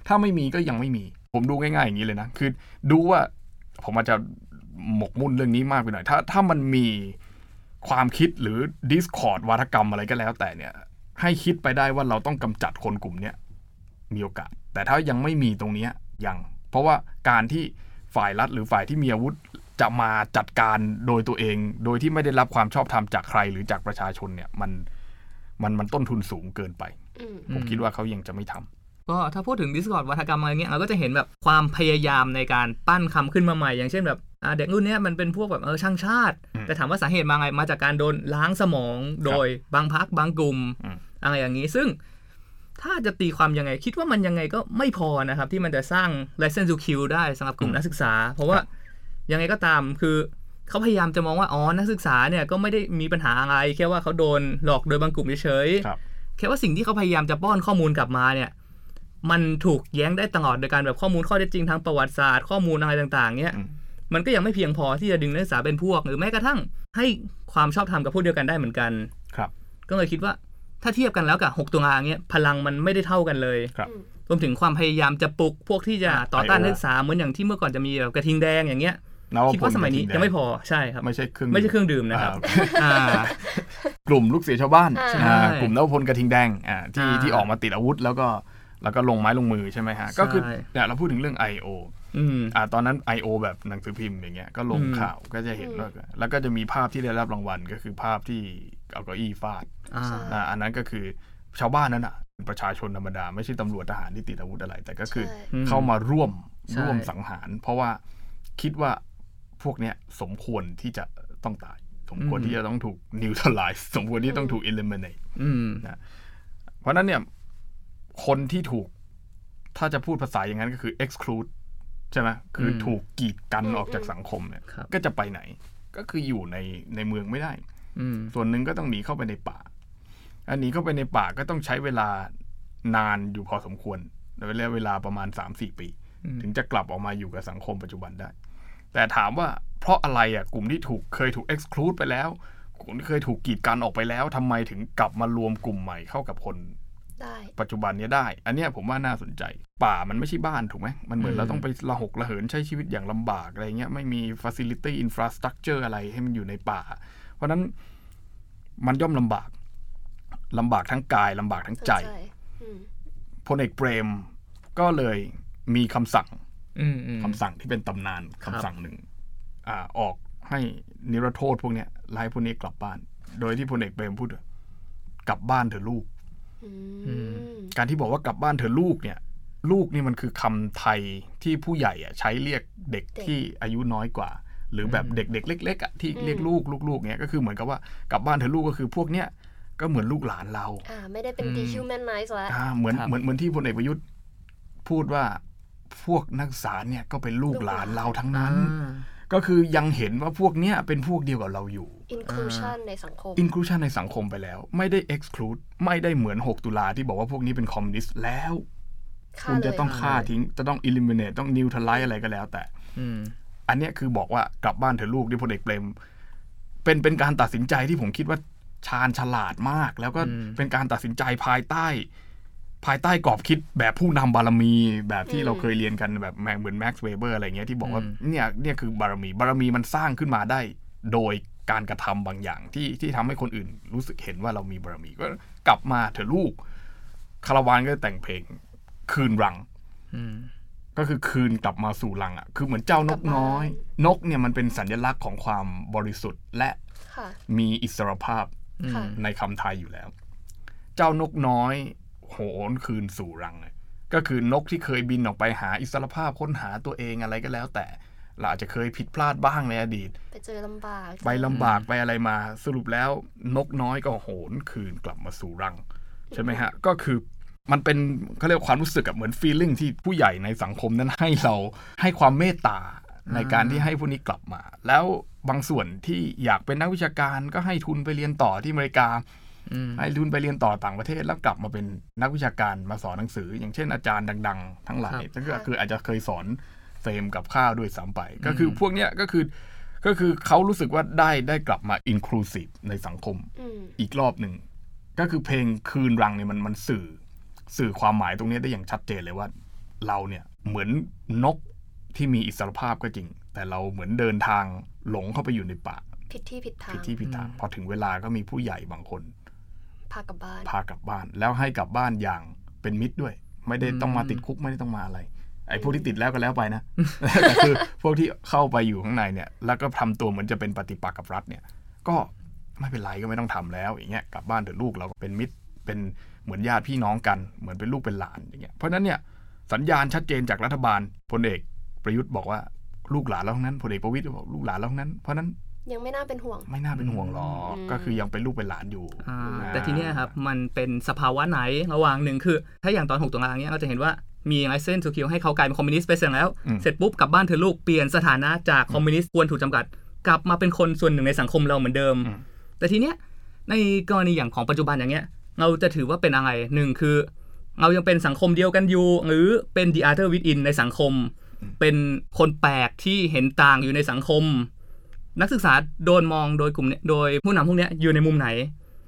[SPEAKER 4] ถ้าไม่มีก็ยังไม่มี ผมดูง่ายๆอย่างนี้เลยนะ คือดูว่าผมอาจจะหมกมุ่นเรื่องนี้มากไปหน่อย ถ้าถ้ามันมีความคิดหรือ discord วาทกรรมอะไรก็แล้ว แต่เนี่ย ให้คิดไปได้ว่าเราต้องกำจัดคนกลุ่มเนี้ย มีโอกาส แต่ถ้ายังไม่มีตรงเนี้ยยัง เพราะว่าการที่ฝ่ายรัฐหรือฝ่ายที่มีอาวุธจะมาจัดการโดยตัวเอง โดยที่ไม่ได้รับความชอบธรรมจากใครหรือจากประชาชนเนี่ย มันมันมันต้นทุนสูงเกินไป
[SPEAKER 2] อืม
[SPEAKER 4] ผมคิดว่าเขายังจะไม่ทำ
[SPEAKER 3] ก็ถ้าพูดถึง Discord วัฒกรรมอะไรเงี้ยเราก็จะเห็นแบบความพยายามในการปั้นคำขึ้นมาใหม่ อย่างเช่นแบบอ่าเด็กรุ่นเนี้ยมันเป็นพวกแบบเออช่างชาติ
[SPEAKER 4] อืม
[SPEAKER 3] แต่ถามว่าสาเหตุมาไงมาจากการโดนล้างสมองโดยบางพักบางกลุ่ม
[SPEAKER 4] อืม
[SPEAKER 3] อะไรอย่างนี้ ซึ่งถ้าจะตีความยังไงคิดว่ามันยังไงก็ไม่พอนะครับ ที่มันจะสร้าง license to kill ได้สำหรับกลุ่มนักศึกษา เพราะว่ายังไงก็ตามคือเขาพยายามจะมองว่าอ๋อนักศึกษาเนี่ยก็ไม่ได้มีปัญหาอะไรแค่ว่าเขาโดนหลอกโดยบางกลุ่มเฉยๆ
[SPEAKER 4] ครับ
[SPEAKER 3] แค่ว่าสิ่งที่เขาพยายามจะป้อนข้อมูลกลับมาเนี่ย มันถูกแย้งได้ตลอดโดยการแบบข้อมูลข้อเท็จจริงทางประวัติศาสตร์ข้อมูลอะไรต่างๆเนี่ย
[SPEAKER 4] อืม
[SPEAKER 3] มันก็ยังไม่เพียงพอที่จะดึงนักศึกษาเป็นพวก หรือแม้กระทั่งให้ความชอบธรรมกับพวกเดียวกันได้เหมือนกัน
[SPEAKER 4] ครับ
[SPEAKER 3] ก็เลยคิดว่าถ้าเทียบกันแล้วกับ6ตัวงานเนี่ยพลังมันไม่ได้เท่ากันเลย
[SPEAKER 4] ครับ
[SPEAKER 3] รวมถึงความพยายามจะปลุกพวกที่จะต่อต้านนักศึกษาเหมือนอย่างที่เมื่อก่อนจะมีแบบกระทิงแดงอย่างเงี้ย
[SPEAKER 4] แล้ว
[SPEAKER 3] คิดว่าสมัยนี้ยังไม่พอใช่ครับ
[SPEAKER 4] ไม่ใช่เครื่อง
[SPEAKER 3] ไม่ใช่เครื่องดื่มนะครับ
[SPEAKER 4] อ่า
[SPEAKER 3] อ่า
[SPEAKER 4] กลุ่มลูกเสือชาวบ้าน
[SPEAKER 2] ใช่
[SPEAKER 4] อ่ากลุ่มนวพลกระทิงแดงอ่าที่
[SPEAKER 3] อ่า
[SPEAKER 4] ที่ออกมาติดอาวุธ แล้วก็แล้วก็ลงไม้ลงมือใช่ไหมฮะก็คือ
[SPEAKER 3] ใช่
[SPEAKER 4] เนี่ยเราพูดถึงเรื่อง I.O.
[SPEAKER 3] อืม
[SPEAKER 4] อ่าตอนนั้น I.O. แบบหนังสือพิมพ์อย่างเงี้ยก็ลง
[SPEAKER 3] อืม
[SPEAKER 4] ข่าวก็จะเห็น
[SPEAKER 2] อืม
[SPEAKER 4] แล้วก็แล้วก็จะมีภาพที่ได้รับรางวัลก็คือภาพที่เอาเก้าอี้ฟาด
[SPEAKER 3] อ่า
[SPEAKER 4] อ่าอันนั้นก็คือชาวบ้านนั้นอ่ะประชาชนธรรมดา ไม่ใช่ตำรวจทหารที่ติดอาวุธอะไร แต่ก็คือ
[SPEAKER 2] ใช่
[SPEAKER 4] เข้ามาร่วม
[SPEAKER 3] ใช่
[SPEAKER 4] ร่วมสังหาร เพราะว่าคิดว่าพวกเนี้ยสมควรที่จะต้องตาย สมควรที่จะต้องถูกนิวทรไลซ์สมควรที่ต้องถูกอิลิเมเนต
[SPEAKER 3] อืม
[SPEAKER 4] เพราะฉะนั้นเนี่ยคนที่ถูกถ้าจะพูดภาษาอย่างนั้นก็คือ exclude ใช่ไหมคืออ
[SPEAKER 3] ม
[SPEAKER 4] ถูกกีดกัน
[SPEAKER 2] อืม
[SPEAKER 4] ออกจากสังคมเนี่ย
[SPEAKER 3] ครับ
[SPEAKER 4] ก็จะไปไหน ก็คืออยู่ในในเมืองไม่ได้
[SPEAKER 3] อืม
[SPEAKER 4] ส่วนหนึ่งก็ต้องหนีเข้าไปในป่า อันหนี้เข้าไปในป่าก็ต้องใช้เวลานานอยู่พอสมควรระยะเวลาประมาณ 3-4 ปี
[SPEAKER 3] อืม
[SPEAKER 4] ถึงจะกลับออกมาอยู่กับสังคมปัจจุบันได้ แต่ถามว่าเพราะอะไรอ่ะกลุ่มที่ถูกเคยถูก exclude ไปแล้วกลุ่มที่เคยถูกกีดกันออกไปแล้วทำไมถึงกลับมารวมกลุ่มใหม่เข้ากับคน
[SPEAKER 2] ได้
[SPEAKER 4] ปัจจุบันเนี้ยได้ อันเนี้ยผมว่าน่าสนใจ ป่ามันไม่ใช่บ้านถูกไหม มันเหมือน
[SPEAKER 3] อืม
[SPEAKER 4] เราต้องไประหกระเหินใช้ชีวิตอย่างลำบากอะไรเงี้ย ไม่มีฟ a ซิลิตี้อินฟราสตรักเจอร์อะไรให้มันอยู่ในป่า เพราะฉะนั้นมันย่อมลำบากลำบากทั้งกายลำบากทั้งใจ
[SPEAKER 2] ใช่อืม
[SPEAKER 4] พลเอกเปรมก็เลยมีคำสั่ง
[SPEAKER 3] อืมอืม
[SPEAKER 4] คำสั่งที่เป็นตำนาน
[SPEAKER 3] ครั
[SPEAKER 4] คำ
[SPEAKER 3] บ
[SPEAKER 4] สั่งหนึ่งอ่าออกให้นิรโทษพวกเนี้ยไล่พวกนี้กลับบ้าน โดยที่พลเอกเปรมพูดว่ากลับบ้านเถอะลูก
[SPEAKER 2] อืม
[SPEAKER 4] การที่บอกว่ากลับบ้านเธอะลูกเนี่ย ลูกนี่มันคือคำไทยที่ผู้ใหญ่อะใช้เรียกเด็ก
[SPEAKER 2] เด็ก
[SPEAKER 4] ที่อายุน้อยกว่า หรือแบบเด็กๆเล็กๆอะที่
[SPEAKER 2] อืม
[SPEAKER 4] เรียกลูกลูกๆเนี่ยก็คือเหมือนกับว่ากลับบ้านเธอะลูกก็คือพวกเนี้ยก็เหมือนลูกหลานเรา
[SPEAKER 2] อ่า ไม่ได้เป็น
[SPEAKER 3] อืม
[SPEAKER 2] dehumanize แล้ว
[SPEAKER 4] อ่าเหมือน
[SPEAKER 3] ครับ
[SPEAKER 4] เหมือนเหมือนที่พลเอกประยุทธ์พูดว่าพวกนักศึกษาเนี่ยก็เป็นลูกหลานเราทั้ง
[SPEAKER 3] อ่า
[SPEAKER 4] นั้น ก็คือยังเห็นว่าพวกเนี้ยเป็นพวกเดียวกับเราอยู่
[SPEAKER 2] inclusion ในสังคม
[SPEAKER 4] inclusion ในสังคมไปแล้ว ไม่ได้ exclude ไม่ได้เหมือน 6 ตุลาที่บอกว่าพวกนี้เป็นคอมมิวนิสต์แล้ว
[SPEAKER 2] ค่า
[SPEAKER 4] คุณ
[SPEAKER 2] เล
[SPEAKER 4] จะ
[SPEAKER 2] ย
[SPEAKER 4] ต้อง
[SPEAKER 3] ค่ะ
[SPEAKER 4] ฆ่าทิ้ง จะต้อง eliminate ต้อง neutralize อะไรก็แล้ว แต่
[SPEAKER 3] อืม
[SPEAKER 4] อันเนี้ยคือบอกว่ากลับบ้านเถอะลูกที่พลเอกเปรมเป็นเป็นการตัดสินใจที่ผมคิดว่าชาญฉลาดมาก แล้วก็
[SPEAKER 3] อืม
[SPEAKER 4] เป็นการตัดสินใจภายใต้ ภายใต้กรอบคิดแบบผู้นำบารมีแบบที่เราเคยเรียนกันแบบแมเหมือนแม็กซ์เวเบอร์อะไรเงี้ยที่บอกว่าเนี่ยเนี่ยคือบารมี บารมีมันสร้างขึ้นมาได้ โดยการกระทำบางอย่างที่ที่ทำให้คนอื่นรู้สึกเห็นว่าเรามีบารมีก็กลับมาเถอะลูกคาราวานก็แต่งเพลงคืนรัง
[SPEAKER 3] อืม
[SPEAKER 4] ก็คือคืนกลับมาสู่รังอ่ะ คือเหมือนเจ้านกน้อย นกเนี่ยมันเป็นสัญลักษณ์ของความบริสุทธิ์และ
[SPEAKER 2] ค่ะ
[SPEAKER 4] มีอิสรภาพ
[SPEAKER 2] ค่ะ
[SPEAKER 4] ในคำไทยอยู่แล้ว เจ้านกน้อยโหนคืนสู่รังเนี่ยก็คือนกที่เคยบินออกไปหาอิสรภาพค้นหาตัวเองอะไรก็แล้ว แต่เราอาจจะเคยผิดพลาดบ้างในอดีต
[SPEAKER 2] ไปเจอลำบาก
[SPEAKER 4] ไปลำบากไปอะไรมาสรุปแล้วนกน้อยก็โหนคืนกลับมาสู่รัง ใช่ไหมฮะ ก็คือ มันเป็นเขาเรียกว่าความรู้สึกอะเหมือนฟีลลิ่งที่ผู้ใหญ่ในสังคมนั้นให้เราให้ความเมตตาในการที่ให้พวกนี้กลับมา แล้วบางส่วนที่อยากเป็นนักวิชาการก็ให้ทุนไปเรียนต่อที่อเมริกา
[SPEAKER 3] อืม
[SPEAKER 4] ให้ทุนไปเรียนต่อต่างประเทศแล้วกลับมาเป็นนักวิชาการมาสอนหนังสือ อย่างเช่นอาจารย์ดัง ๆ ทั้งหลายซึ่งก็คืออาจจะเคยสอนเฟรมกับข้าวด้วยซ้ำไป ก็คือพวกเนี้ยก็คือก็คือเขารู้สึกว่าได้ได้กลับมาอินคลูซีฟในสังคม
[SPEAKER 2] อืม
[SPEAKER 4] อีกรอบหนึ่ง ก็คือเพลงคืนรังเนี่ยมันมันสื่อ สื่อความหมายตรงเนี้ยได้อย่างชัดเจนเลยว่า เราเนี่ยเหมือนนกที่มีอิสรภาพก็จริง แต่เราเหมือนเดินทางหลงเข้าไปอยู่ในป่า
[SPEAKER 2] ผิดที่ผิดทา
[SPEAKER 4] ผิด
[SPEAKER 2] ง
[SPEAKER 4] ที่ผิดทางพอถึงเวลาก็มีผู้ใหญ่บางคน
[SPEAKER 2] พากลับบ้าน
[SPEAKER 4] พากลับบ้านแล้วให้กลับบ้านอย่างเป็นมิตรด้วย ไม่ได้ต้องมาติดคุกไม่ได้ต้องมาอะไร ไอ้พวกที่ติดแล้วก็แล้วไปนะ แต่คือพวกที่เข้าไปอยู่ข้างในเนี่ย แล้วก็ทำตัวเหมือนจะเป็นปฏิปักษ์กับรัฐเนี่ย ก็ไม่เป็นไรก็ไม่ต้องทำแล้วอย่างเงี้ยกลับบ้านเถอะลูกเราก็เป็นมิตรเป็นเหมือนญาติพี่น้องกัน เหมือนเป็นลูกเป็นหลานอย่างเงี้ยเพราะฉะนั้นเนี่ยสัญญาณชัดเจนจากรัฐบาลพลเอกประยุทธ์บอกว่าลูกหลานเราทั้งนั้นพลเอกประวิตยบอกลูกหลานเราทั้งนั้นเพราะฉะนั้น
[SPEAKER 2] ยังไม่น่าเป็นห่วง
[SPEAKER 4] ไม่น่าเป็นห่วงหรอก
[SPEAKER 2] อืม
[SPEAKER 4] ก็คือยังเป็นลูกเป็นหลานอยู่
[SPEAKER 3] อ่า
[SPEAKER 4] อ่า
[SPEAKER 3] แต่ทีเนี้ยครับ มันเป็นสภาวะไหนระหว่างหนึ่งคือ ถ้าอย่างตอน 6ตุลาเนี้ยเราจะเห็นว่ามีไอเซนทูคิวให้เขากลายเป็นคอมมิวนิสต์ไปเสร็จแล้ว
[SPEAKER 4] อืม
[SPEAKER 3] เสร็จปุ๊บกลับบ้านเธอะลูกเปลี่ยนสถานะจากคอมมิวนิสต์ควรถูกจำกัด กลับมาเป็นคนส่วนหนึ่งในสังคมเราเหมือนเดิม แต่ทีเนี้ยในกรณีอย่างของปัจจุบันอย่างเงี้ย เราจะถือว่าเป็นอะไรหนึ่งคือ เรายังเป็นสังคมเดียวกันอยู่ หรือเป็น the other within ในสังคม เป็นคนแปลกที่เห็นต่างอยู่ในสังคม นักศึกษาโดนมองโดยกลุ่มเนี้ยโดยผู้นำพวกเนี้ยอยู่ในมุมไหน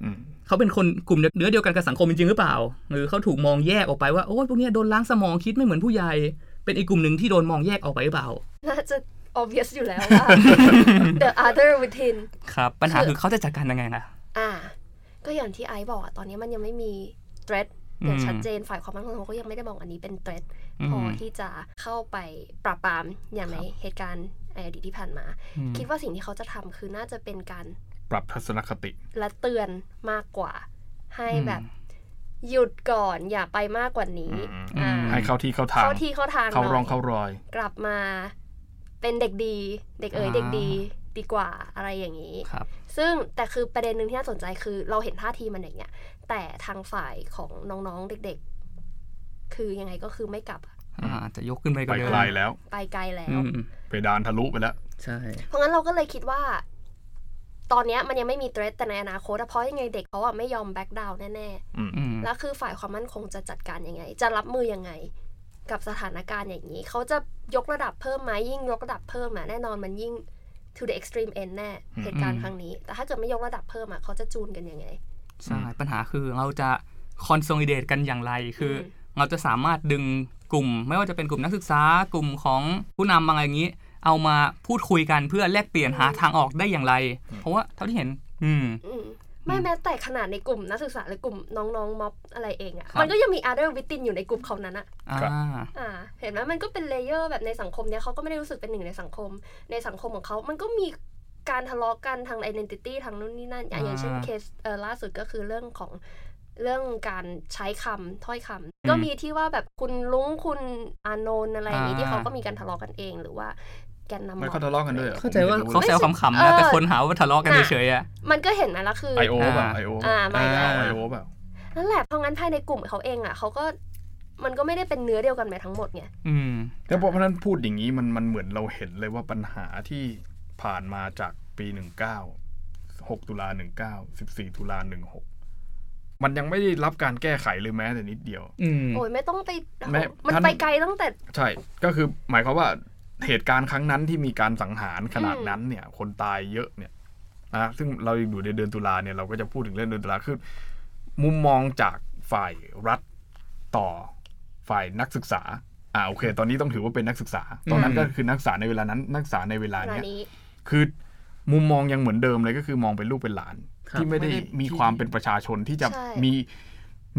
[SPEAKER 4] อืม
[SPEAKER 3] เขาเป็นคนกลุ่มเนื้อเดียวกันกับสังคมจริงๆหรือเปล่า หรือเขาถูกมองแยกออกไปว่าโอ้ยพวกเนี้ยโดนล้างสมองคิดไม่เหมือนผู้ใหญ่ เป็นอีกกลุ่มหนึ่งที่โดนมองแยกออกไปหรือเปล่า
[SPEAKER 2] น่าจะ obvious อยู่แล้ว ว่า the other within
[SPEAKER 3] ครับ ปัญหาคือเขาจะจัดการยังไงล่ะ
[SPEAKER 2] อ่า ก็อย่างที่ไอซ์บอกอะตอนนี้มันยังไม่มี threat อย่าง
[SPEAKER 3] อืม
[SPEAKER 2] ชัดเจนฝ่ายความมั่นคงเขาก็ยังไม่ได้มองอันนี้เป็น threat
[SPEAKER 3] อืม
[SPEAKER 2] พอที่จะเข้าไปปราบปรามอย่างในเหตุการณ์ในอดีตที่ผ่านมา คิดว่าสิ่งที่เขาจะทำคือน่าจะเป็นการ
[SPEAKER 4] ปรับทัศนคติ
[SPEAKER 2] และเตือนมากกว่า ให้
[SPEAKER 3] อืม
[SPEAKER 2] แบบหยุดก่อนอย่าไปมากกว่านี้
[SPEAKER 4] อืม
[SPEAKER 2] อ่า
[SPEAKER 4] ให้เข้าที่เข้าทาง
[SPEAKER 2] เข้าที่เข้าทาง
[SPEAKER 4] เข้า
[SPEAKER 2] หน่ย
[SPEAKER 4] ร่องเข้ารอย
[SPEAKER 2] กลับมาเป็นเด็กดี เด็กเอ๋ย
[SPEAKER 3] อ่า
[SPEAKER 2] เด็กดีดีกว่าอะไรอย่างนี้
[SPEAKER 3] ครับ
[SPEAKER 2] ซึ่งแต่คือประเด็นหนึ่งที่น่าสนใจคือเราเห็นท่าทีมันอย่างเงี้ย แต่ทางฝ่ายของน้องๆเด็กๆ คือยังไงก็คือไม่กลับอะ
[SPEAKER 3] อ่าจะยกขึ้นไป
[SPEAKER 4] ไป
[SPEAKER 3] กันเลย
[SPEAKER 4] ไกลแล้ว
[SPEAKER 2] ไปไกลแล้ว
[SPEAKER 3] อืม
[SPEAKER 4] เพดานทะลุไปแล้ว
[SPEAKER 3] ใช่
[SPEAKER 2] เพราะงั้นเราก็เลยคิดว่า ตอนเนี้ยมันยังไม่มีเทรดแต่ในอนาคตอะเพราะยังไงเด็กเขาอะไม่ยอมแบ็กดาวน์แน่ๆ
[SPEAKER 3] อืม
[SPEAKER 2] แล้วคือฝ่ายความมั่นคงจะจัดการยังไง จะรับมือยังไง กับสถานการณ์อย่างนี้ เขาจะยกระดับเพิ่มไหมยิ่งยกระดับเพิ่มอะแน่นอนมันยิ่ง to the extreme end แน่
[SPEAKER 4] อืม
[SPEAKER 2] เหตุการณ์ครั้งนี้ แต่ถ้าเกิดไม่ยกระดับเพิ่มอะเขาจะจูนกันยังไง
[SPEAKER 3] ใช่ปัญหาคือเราจะคอนโซลิเดตกันอย่างไรคืออ
[SPEAKER 2] ม
[SPEAKER 3] เราจะสามารถดึงกลุ่ม ไม่ว่าจะเป็นกลุ่มนักศึกษากลุ่มของผู้นำอะไรอย่างนี้ เอามาพูดคุยกันเพื่อแลกเปลี่ยนหาทางออกได้อย่างไร เพราะว่าเท่าที่เห็น อืม
[SPEAKER 2] อืมไม่แม้แต่ขนาดในกลุ่มนักศึกษาหรือกลุ่มน้องๆม็อบอะไรเองอะ
[SPEAKER 3] ครับ
[SPEAKER 2] มันก็ยังมี other within อยู่ในกลุ่มเขานั้นอะ
[SPEAKER 3] อ่า
[SPEAKER 4] ครับ
[SPEAKER 2] อ่า เห็นไหมมันก็เป็นเลเยอร์แบบในสังคมเนี้ยเขาก็ไม่ได้รู้สึกเป็นหนึ่งในสังคม ในสังคมของเขา มันก็มีการทะเลาะกันทาง identity ทางนู่นนี่นั่น อย่างอย่างเช่น
[SPEAKER 3] อ่า
[SPEAKER 2] เคสเอ่อล่าสุดก็คือเรื่องของเรื่องการใช้คำถ้อยคำก็มีที่ว่าแบบคุณลุงคุณอานนท์อะไรอย่างนี้ที่เขาก็มีการทะเลาะกันเอง หรือว่าแกนนำ
[SPEAKER 4] ไม่
[SPEAKER 2] ม็
[SPEAKER 4] เขา
[SPEAKER 2] อบ
[SPEAKER 4] ทะเลาะกันด้วยหรอ
[SPEAKER 3] เข้าใจว่า
[SPEAKER 4] ผม
[SPEAKER 3] เขา
[SPEAKER 4] ไม่
[SPEAKER 3] แซวขำๆนะแต่คนหาว่าทะเลาะกันเฉยๆอ่ะ
[SPEAKER 2] มันก็เห็นไหมล่ะคือ
[SPEAKER 4] รู้ไอโอแบบไอโอ
[SPEAKER 2] อ่าไม่ได้
[SPEAKER 4] ไอโอแบบ
[SPEAKER 2] นั่นแหละเพราะงั้นภายในกลุ่มเขาเองอ่ะเขาก็มันก็ไม่ได้เป็นเนื้อเดียวกันไปทั้งหมดไง
[SPEAKER 3] อืม
[SPEAKER 4] แล้วเพราะฉะนั้นพูดอย่างนี้มันมันเหมือนเราเห็นเลยว่าปัญหาที่ผ่านมาจากปี 19 6 ตุลา 19 14 ตุลา 16 มันยังไม่ได้รับการแก้ไขเลยแม้แต่นิดเดียว
[SPEAKER 3] อืม
[SPEAKER 2] โอ้ยไม่ต้องไป
[SPEAKER 4] แม่
[SPEAKER 2] มัน
[SPEAKER 4] ท่าน
[SPEAKER 2] ไปไกลตั้งแต่
[SPEAKER 4] ใช่ ก็คือหมายความว่าเหตุการณ์ครั้งนั้นที่มีการสังหารขนาดนั้นเนี่ย คนตายเยอะเนี่ยนะซึ่งเราอยู่ในเดือนตุลาเนี่ยเราก็จะพูดถึงเรื่องเดือนตุลาคือมุมมองจากฝ่ายรัฐต่อฝ่ายนักศึกษา อ่าโอเค ตอนนี้ต้องถือว่าเป็นนักศึกษา ตอนนั้น
[SPEAKER 3] อืม
[SPEAKER 4] ก็คือนักศึกษาในเวลานั้น นักศึกษาในเวลา
[SPEAKER 2] ขณะ
[SPEAKER 4] เนี้ย
[SPEAKER 2] นี้
[SPEAKER 4] คือมุมมองยังเหมือนเดิมเลยก็คือมองเป็นลูกเป็นหลาน
[SPEAKER 3] ครับ
[SPEAKER 4] ที่ไม่ได้
[SPEAKER 3] ไม่ได้
[SPEAKER 4] มีความเป็นประชาชนที่จะ
[SPEAKER 2] ใช่
[SPEAKER 4] มี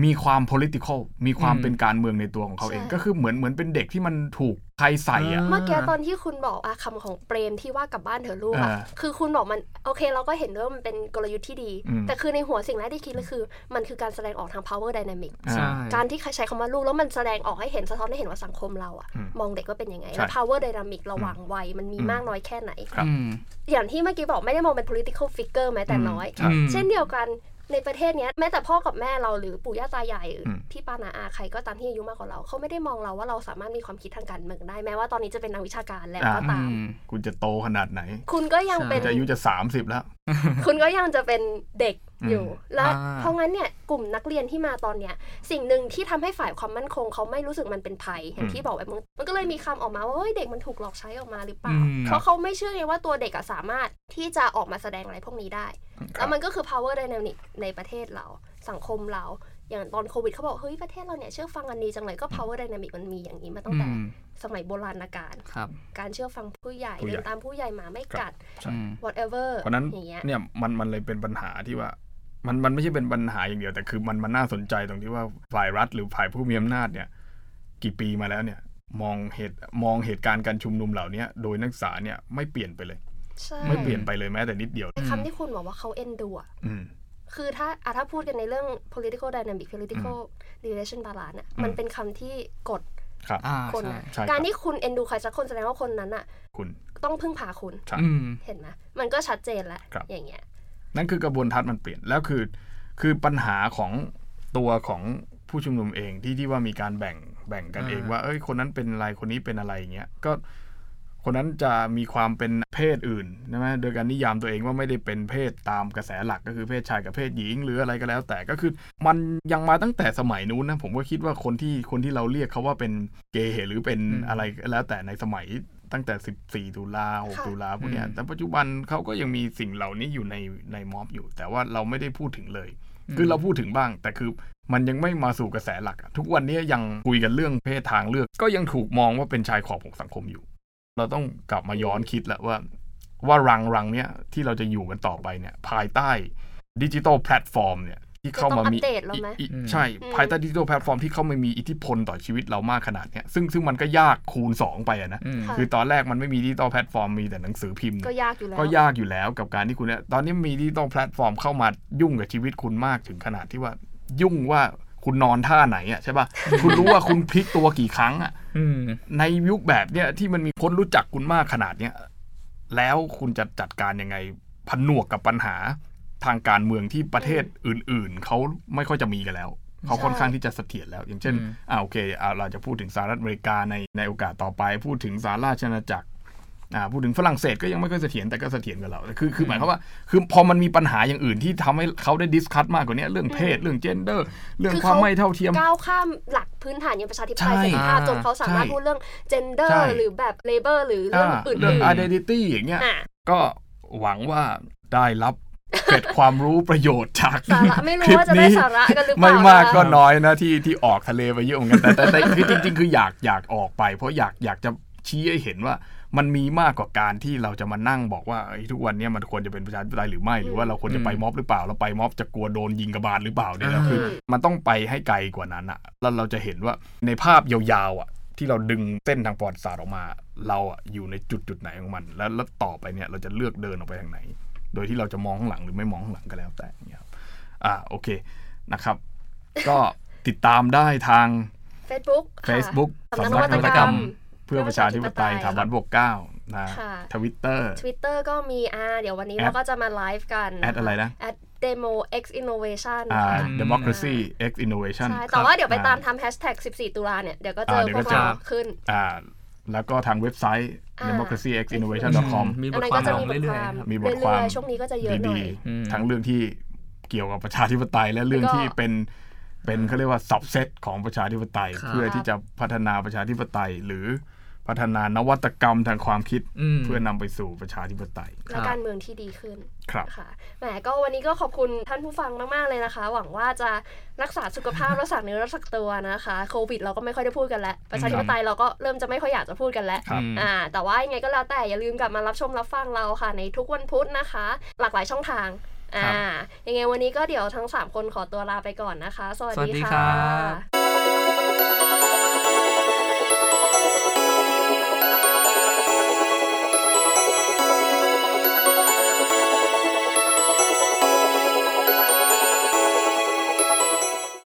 [SPEAKER 4] มีความ political มีความ
[SPEAKER 3] อืม
[SPEAKER 4] เป็นการเมืองในตัวของเขาเอง
[SPEAKER 2] ใช่
[SPEAKER 4] ก็คือเหมือนเหมือนเป็นเด็กที่มันถูกใครใส่อ่ะ
[SPEAKER 2] เมื่อกี้ตอนที่คุณบอกอะคำของเปรมที่ว่ากลับบ้านเถอะลูกอะ
[SPEAKER 4] อ่า
[SPEAKER 2] คือคุณบอกมันโอเคเราก็เห็นด้วยว่ามันเป็นกลยุทธ์ที่ดี
[SPEAKER 4] อืม
[SPEAKER 2] แต่คือในหัวสิ่งแรกที่คิดเลยคือ มันคือการแสดงออกทาง power dynamic
[SPEAKER 3] ใช่
[SPEAKER 4] อ่า
[SPEAKER 2] การที่ใช้คำว่าลูกแล้วมันแสดงออกให้เห็นสะท้อนให้เห็นว่าสังคมเราอะ
[SPEAKER 4] อืม
[SPEAKER 2] มองเด็กว่าเป็นยังไง
[SPEAKER 4] ใช่
[SPEAKER 2] แล้ว power dynamic ระหว่างวัยมันมี
[SPEAKER 4] อืม
[SPEAKER 2] มากน้อยแค่ไหน
[SPEAKER 4] ครับ
[SPEAKER 3] อืม
[SPEAKER 2] อย่างที่เมื่อกี้บอกไม่ได้มองเป็น political figure แม้แต่น้อย
[SPEAKER 3] อืม
[SPEAKER 2] เช่นเดียวกัน ในประเทศเนี้ยแม้แต่พ่อกับแม่เราหรือปู่ย่าตายายหรืออ
[SPEAKER 4] ม
[SPEAKER 2] พี่ป้านาอาใครก็ตามที่อายุมากกว่าเราเขาไม่ได้มองเราว่าเราสามารถมีความคิดทางการเมืองได้แม้ว่าตอนนี้จะเป็นนักวิชาการแล้วก็
[SPEAKER 3] อื
[SPEAKER 2] ตาม
[SPEAKER 3] ม
[SPEAKER 4] คุณจะโตขนาดไหน
[SPEAKER 2] คุณก็ยัง
[SPEAKER 3] ใช่
[SPEAKER 2] เป็น
[SPEAKER 4] จะอายุจะสามสิบแล้ว
[SPEAKER 2] คุณก็ยังจะเป็นเด็กอยู่
[SPEAKER 4] อืม
[SPEAKER 2] และ
[SPEAKER 3] อ่า
[SPEAKER 2] เพราะงั้นเนี่ยกลุ่มนักเรียนที่มาตอนเนี้ยสิ่งหนึ่งที่ทำให้ฝ่ายความมั่นคงเขาไม่รู้สึกมันเป็นภัยอย่างที่บอกไปมึงมันก็เลยมีคำออกมาว่าเฮ้ยเด็กมันถูกหลอกใช้ออกมาหรือเป
[SPEAKER 3] อื
[SPEAKER 2] ล่า
[SPEAKER 3] ม
[SPEAKER 2] เพราะเขาไม่เชื่อไงว่าตัวเด็กอะสามารถที่จะออกมาแสดงอะไรพวกนี้ได้ แล้วมันก็คือ power dynamic ในประเทศเรา สังคมเรา อย่างตอนโควิดเขาบอก เฮ้ย ประเทศเราเนี่ยเชื่อฟังกันดีจังเลยก็ power dynamic มันมีอย่างนี้มาตั้งแต่
[SPEAKER 3] อืม
[SPEAKER 2] สมัยโบราณกาล
[SPEAKER 3] ครับ
[SPEAKER 2] การเชื่อฟังผู้ใหญ่
[SPEAKER 4] ผู้ใหญ่
[SPEAKER 2] เดินตามผู้ใหญ่หมาไม่
[SPEAKER 4] ครับ
[SPEAKER 2] กัด
[SPEAKER 4] ใช่
[SPEAKER 3] อืม
[SPEAKER 2] whatever
[SPEAKER 4] เพราะฉะนั้น
[SPEAKER 2] อย่างเงี้ย
[SPEAKER 4] เนี่ยมันมันเลยเป็นปัญหาที่ว่า มันมันไม่ใช่เป็นปัญหาอย่างเดียวแต่คือมันมันน่าสนใจตรงที่ว่าฝ่ายรัฐหรือฝ่ายผู้มีอำนาจเนี่ย กี่ปีมาแล้วเนี่ย มองเหตุมองเหตุการณ์การชุมนุมเหล่าเนี้ยโดยนักศึกษาเนี่ยไม่เปลี่ยนไปเลย
[SPEAKER 2] ใช่
[SPEAKER 4] ไม่เปลี่ยนไปเลยแม้แต่นิดเดียว
[SPEAKER 2] คำที่คุณบอกว่าเขาเอ็นดูอะ
[SPEAKER 4] อืม
[SPEAKER 2] คือถ้าอะถ้าพูดกันในเรื่อง political dynamic political relation balance อะมัน
[SPEAKER 4] อืม
[SPEAKER 2] เป็นคำที่กด
[SPEAKER 4] ครับ
[SPEAKER 3] อ่า
[SPEAKER 2] คน
[SPEAKER 3] ใช่
[SPEAKER 2] อะ
[SPEAKER 4] ใช่ครับ
[SPEAKER 2] การที่คุณเอ็นดูใครสักคนแสดงว่าคนนั้นอะ
[SPEAKER 4] คุณ
[SPEAKER 2] ต้องพึ่งพาคุณ
[SPEAKER 4] ครับ
[SPEAKER 3] อืม
[SPEAKER 2] เห็นไหมมันก็ชัดเจนแล้ว
[SPEAKER 4] ครับ
[SPEAKER 2] อย่างเงี้ย
[SPEAKER 4] นั่นคือกระบวนทัศน์มันเปลี่ยนแล้วคือ คือปัญหาของตัวของผู้ชุมนุมเองที่ที่ว่ามีการแบ่งแบ่งกัน
[SPEAKER 3] อ่า
[SPEAKER 4] เองว่า เอ้ยคนนั้นเป็นอะไรคนนี้เป็นอะไรอย่างเงี้ยก็คนนั้นจะมีความเป็นเพศอื่นใช่ไหมโดยการนิยามตัวเองว่าไม่ได้เป็นเพศตามกระแสหลักก็คือเพศชายกับเพศหญิง หรืออะไรก็แล้ว แต่ก็คือมันยังมาตั้งแต่สมัยนู้นนะผมก็คิดว่าคนที่คนที่เราเรียกเขาว่าเป็นเกย์หรือเป็นอะไรก็แล้วแต่ในสมัยตั้งแต่ 14 ตุลา
[SPEAKER 2] ค่ะ
[SPEAKER 4] 6ตุลาพวกเนี้ย
[SPEAKER 3] อืม
[SPEAKER 4] แต่ปัจจุบันเขาก็ยังมีสิ่งเหล่านี้อยู่ในในม็อบอยู่ แต่ว่าเราไม่ได้พูดถึงเลย คือเราพูดถึงบ้าง แต่คือมันยังไม่มาสู่กระแสหลักอะทุกวันนี้ยังคุยกันเรื่องเพศทางเลือก ก็ยังถูกมองว่าเป็นชายขอบของสังคมอยู่ เราต้องกลับมาย้อนคิดแหละว่า ว่ารังรังเนี้ยที่เราจะอยู่กันต่อไปเนี่ย ภายใต้ดิจิ t a ลแพลตฟอร์มเนี่ยที่เข้ามามี
[SPEAKER 2] จะต้องอัปเดตแล้วไหม
[SPEAKER 4] อิอิ
[SPEAKER 3] อืม
[SPEAKER 4] ใช่
[SPEAKER 2] อืม
[SPEAKER 4] ภายใต้ดิจิ t a ลแพลตฟอร์มที่เข้ามามีอิทธิพลต่อชีวิตเรามากขนาดเนี้ยซึ่งซึ่งมันก็ยากคูณสองไปอะนะ
[SPEAKER 3] อืม
[SPEAKER 2] ค่ะ
[SPEAKER 4] คือตอนแรกมันไม่มีดิจิตอลแพลตฟอร์มมีแต่หนังสือพิมพ์เนี่ย
[SPEAKER 2] ก็ยากอยู่แล้ว
[SPEAKER 4] ก็ยากอยู่แล้วกับการที่คุณเนี่ยตอนนี้มีดิจิตอลแพลตฟอร์มเข้ามายุ่งกับชีวิตคุณมากถึงขนาดที่ว่ายุ่งว่าคุณนอนท่าไหนอ่ะใช่ ป่ะ คุณรู้ว่าคุณพลิกตัวกี่ครั้งอ่ะ
[SPEAKER 3] อืม
[SPEAKER 4] ในยุคแบบเนี้ยที่มันมีคนรู้จักคุณมากขนาดเนี้ยแล้วคุณจะจัดการยังไงผนวกกับปัญหาทางการเมืองที่ประเทศอื่น ๆเขาไม่ค่อยจะมีกันแล้ว เขาค่อนข้างที่จะเสถียรแล้ว อย่างเช่น
[SPEAKER 3] อืม
[SPEAKER 4] อ่าโอเคอ่าเราจะพูดถึงสหรัฐอเมริกาในในโอกาสต่อไป พูดถึงสหราชอาณาจักร อ่าพูดถึงฝรั่งเศสก็ยังไม่ค่อยเสถียรแต่ก็เสถียรกับเราคือคือหมายความว่า คือพอมันมีปัญหาอย่างอื่นที่ทำให้เขาได้ดิสคัตมากกว่าเนี้ยเรื่องเพศเรื่องเจนเดอร์ เรื่อง
[SPEAKER 2] คือ
[SPEAKER 4] ความ
[SPEAKER 2] เขา
[SPEAKER 4] ไม่เท่าเทียม
[SPEAKER 2] ก้าวข้ามหลักพื้นฐานอย่างประชาธิปไตย
[SPEAKER 4] ใช่
[SPEAKER 2] เสรีภาพจนเขาสามารถ
[SPEAKER 4] ใช่
[SPEAKER 2] พูดเรื่อง
[SPEAKER 4] ใช่
[SPEAKER 2] gender หรือแบบ labor หรือเรื่อง
[SPEAKER 4] อ่า
[SPEAKER 2] อื่
[SPEAKER 4] เรื่อง
[SPEAKER 2] น
[SPEAKER 3] ะ
[SPEAKER 4] identity อย่างเงี้ย
[SPEAKER 2] ๆอ่ะ
[SPEAKER 4] ก็หวังว่าได้รับ เกร็ดความรู้ประโยชน์จาก
[SPEAKER 2] สาระไม่รู้ว่าจะได้สาระกันหรือเป
[SPEAKER 4] ไม่
[SPEAKER 2] ล่า
[SPEAKER 4] ไมากก็
[SPEAKER 2] นะ
[SPEAKER 4] น้อยนะที่ที่ออกทะเลไปเยอะเหมือนกันแต่แต่แต่คือจริงๆ คืออยากอยากออกไป เพราะอยากอยากจะชี้ให้เห็นว่า มันมีมากกว่าการที่เราจะมานั่งบอกว่าเอ้ยทุกวันเนี้มันควรจะเป็นประชาธิปไตยหรือไม่หรือว่าเราควรจะไปม็อบหรือเปล่า เราไปม็อบจะกลัวโดนยิงกระบาลหรือเปล่าเนี่ยนะคือ
[SPEAKER 2] อืม
[SPEAKER 4] มันต้องไปให้ไกลกว่านั้นอะแล้วเราจะเห็นว่าในภาพยาวๆอะที่เราดึงเส้นทางประวัติศาสตร์ออกมา เราอะอยู่ในจุดจุดๆไหนของมัน แล้วแล้วต่อไปเนี่ยเราจะเลือกเดินออกไปทางไหน โดยที่เราจะมองข้างหลังหรือไม่มองข้างหลังก็แล้วแต่เนี่ยครับอ่าโอเคนะครับ ก็ติดตามได้ทาง
[SPEAKER 2] Facebook ค่ะ
[SPEAKER 4] Facebook
[SPEAKER 2] สำนักนวัตกรรม
[SPEAKER 4] เพื่อประชาธิปไตยถามวันบวกเก้านะ
[SPEAKER 2] ค่ะ
[SPEAKER 4] ทวิตเตอร์
[SPEAKER 2] Twitter ก็มีอ่าเดี๋ยววันนี้
[SPEAKER 4] แอด
[SPEAKER 2] เราก็จะมาไลฟ์กัน
[SPEAKER 4] แอดอะไรนะ
[SPEAKER 2] at demo x innovation
[SPEAKER 4] อ่า
[SPEAKER 2] ค่ะ
[SPEAKER 4] democracy x innovation
[SPEAKER 2] ใช่แต่ว่าเดี๋ยวไป
[SPEAKER 4] อ่
[SPEAKER 2] ตามทำแฮชแท็ก14 ตุลาเนี่ย เดี๋ยวก็เจ
[SPEAKER 4] อ่า
[SPEAKER 2] อ
[SPEAKER 4] เดี๋ยว
[SPEAKER 2] พ
[SPEAKER 4] ก็
[SPEAKER 2] วก
[SPEAKER 4] เจ
[SPEAKER 2] เรา
[SPEAKER 4] อ
[SPEAKER 2] ขึ้น
[SPEAKER 4] อ่า แล้วก็ทางเว็บไซต์
[SPEAKER 2] อ่า
[SPEAKER 4] democracyxinnovation.com
[SPEAKER 3] มีบ
[SPEAKER 2] อัน
[SPEAKER 3] ท
[SPEAKER 2] นั้น
[SPEAKER 3] ควา
[SPEAKER 2] ก็
[SPEAKER 3] ม
[SPEAKER 2] จะ
[SPEAKER 3] ล
[SPEAKER 2] มีบ
[SPEAKER 3] ง
[SPEAKER 2] ท
[SPEAKER 3] เรื่อยว
[SPEAKER 2] คาม
[SPEAKER 4] มีบทความ
[SPEAKER 2] เรื่อยๆช่วงนี้ก็จะเยอะหน่
[SPEAKER 4] ดี
[SPEAKER 2] อย
[SPEAKER 3] ๆอืม
[SPEAKER 4] ๆทั้งเรื่องที่เกี่ยวกับประชาธิปไตย และเรื่อง
[SPEAKER 2] แล้วก็
[SPEAKER 4] ที่เป็นเป็นเขาเรียกว่า subset ของประชาธิปไตย
[SPEAKER 3] ครับ
[SPEAKER 4] เพื่อที่จะพัฒนาประชาธิปไตย หรือพัฒนานวัตกรรมทางความคิด
[SPEAKER 3] ม
[SPEAKER 4] เพื่อนำไปสู่ประชาธิปไตย
[SPEAKER 2] และการเมืองที่ดีขึ้น
[SPEAKER 4] ครับ
[SPEAKER 2] ค่ะแหมก็วันนี้ก็ขอบคุณท่านผู้ฟังมาก ๆ เลยนะคะ หวังว่าจะรักษาสุข ภาพ รักษาเนื้อรักษาตัวนะคะโควิดเราก็ไม่ค่อยได้พูดกันแล้ว ประชาธิปไตยเราก็เริ่มจะไม่ค่อยอยากจะพูดกันแล้ว
[SPEAKER 4] ครับ
[SPEAKER 2] อ่าแต่ว่ายังไงก็แล้วแต่อย่าลืมกลับมารับชมรับฟังเราค่ะ ในทุกวันพุธนะคะ หลากหลายช่องทางอ่า
[SPEAKER 3] ครับ
[SPEAKER 2] ยังไงวันนี้ก็เดี๋ยวทั้ง 3 คนขอตัวลาไปก่อนนะคะ สวั
[SPEAKER 3] สวัสดี
[SPEAKER 2] ะ
[SPEAKER 3] ครับ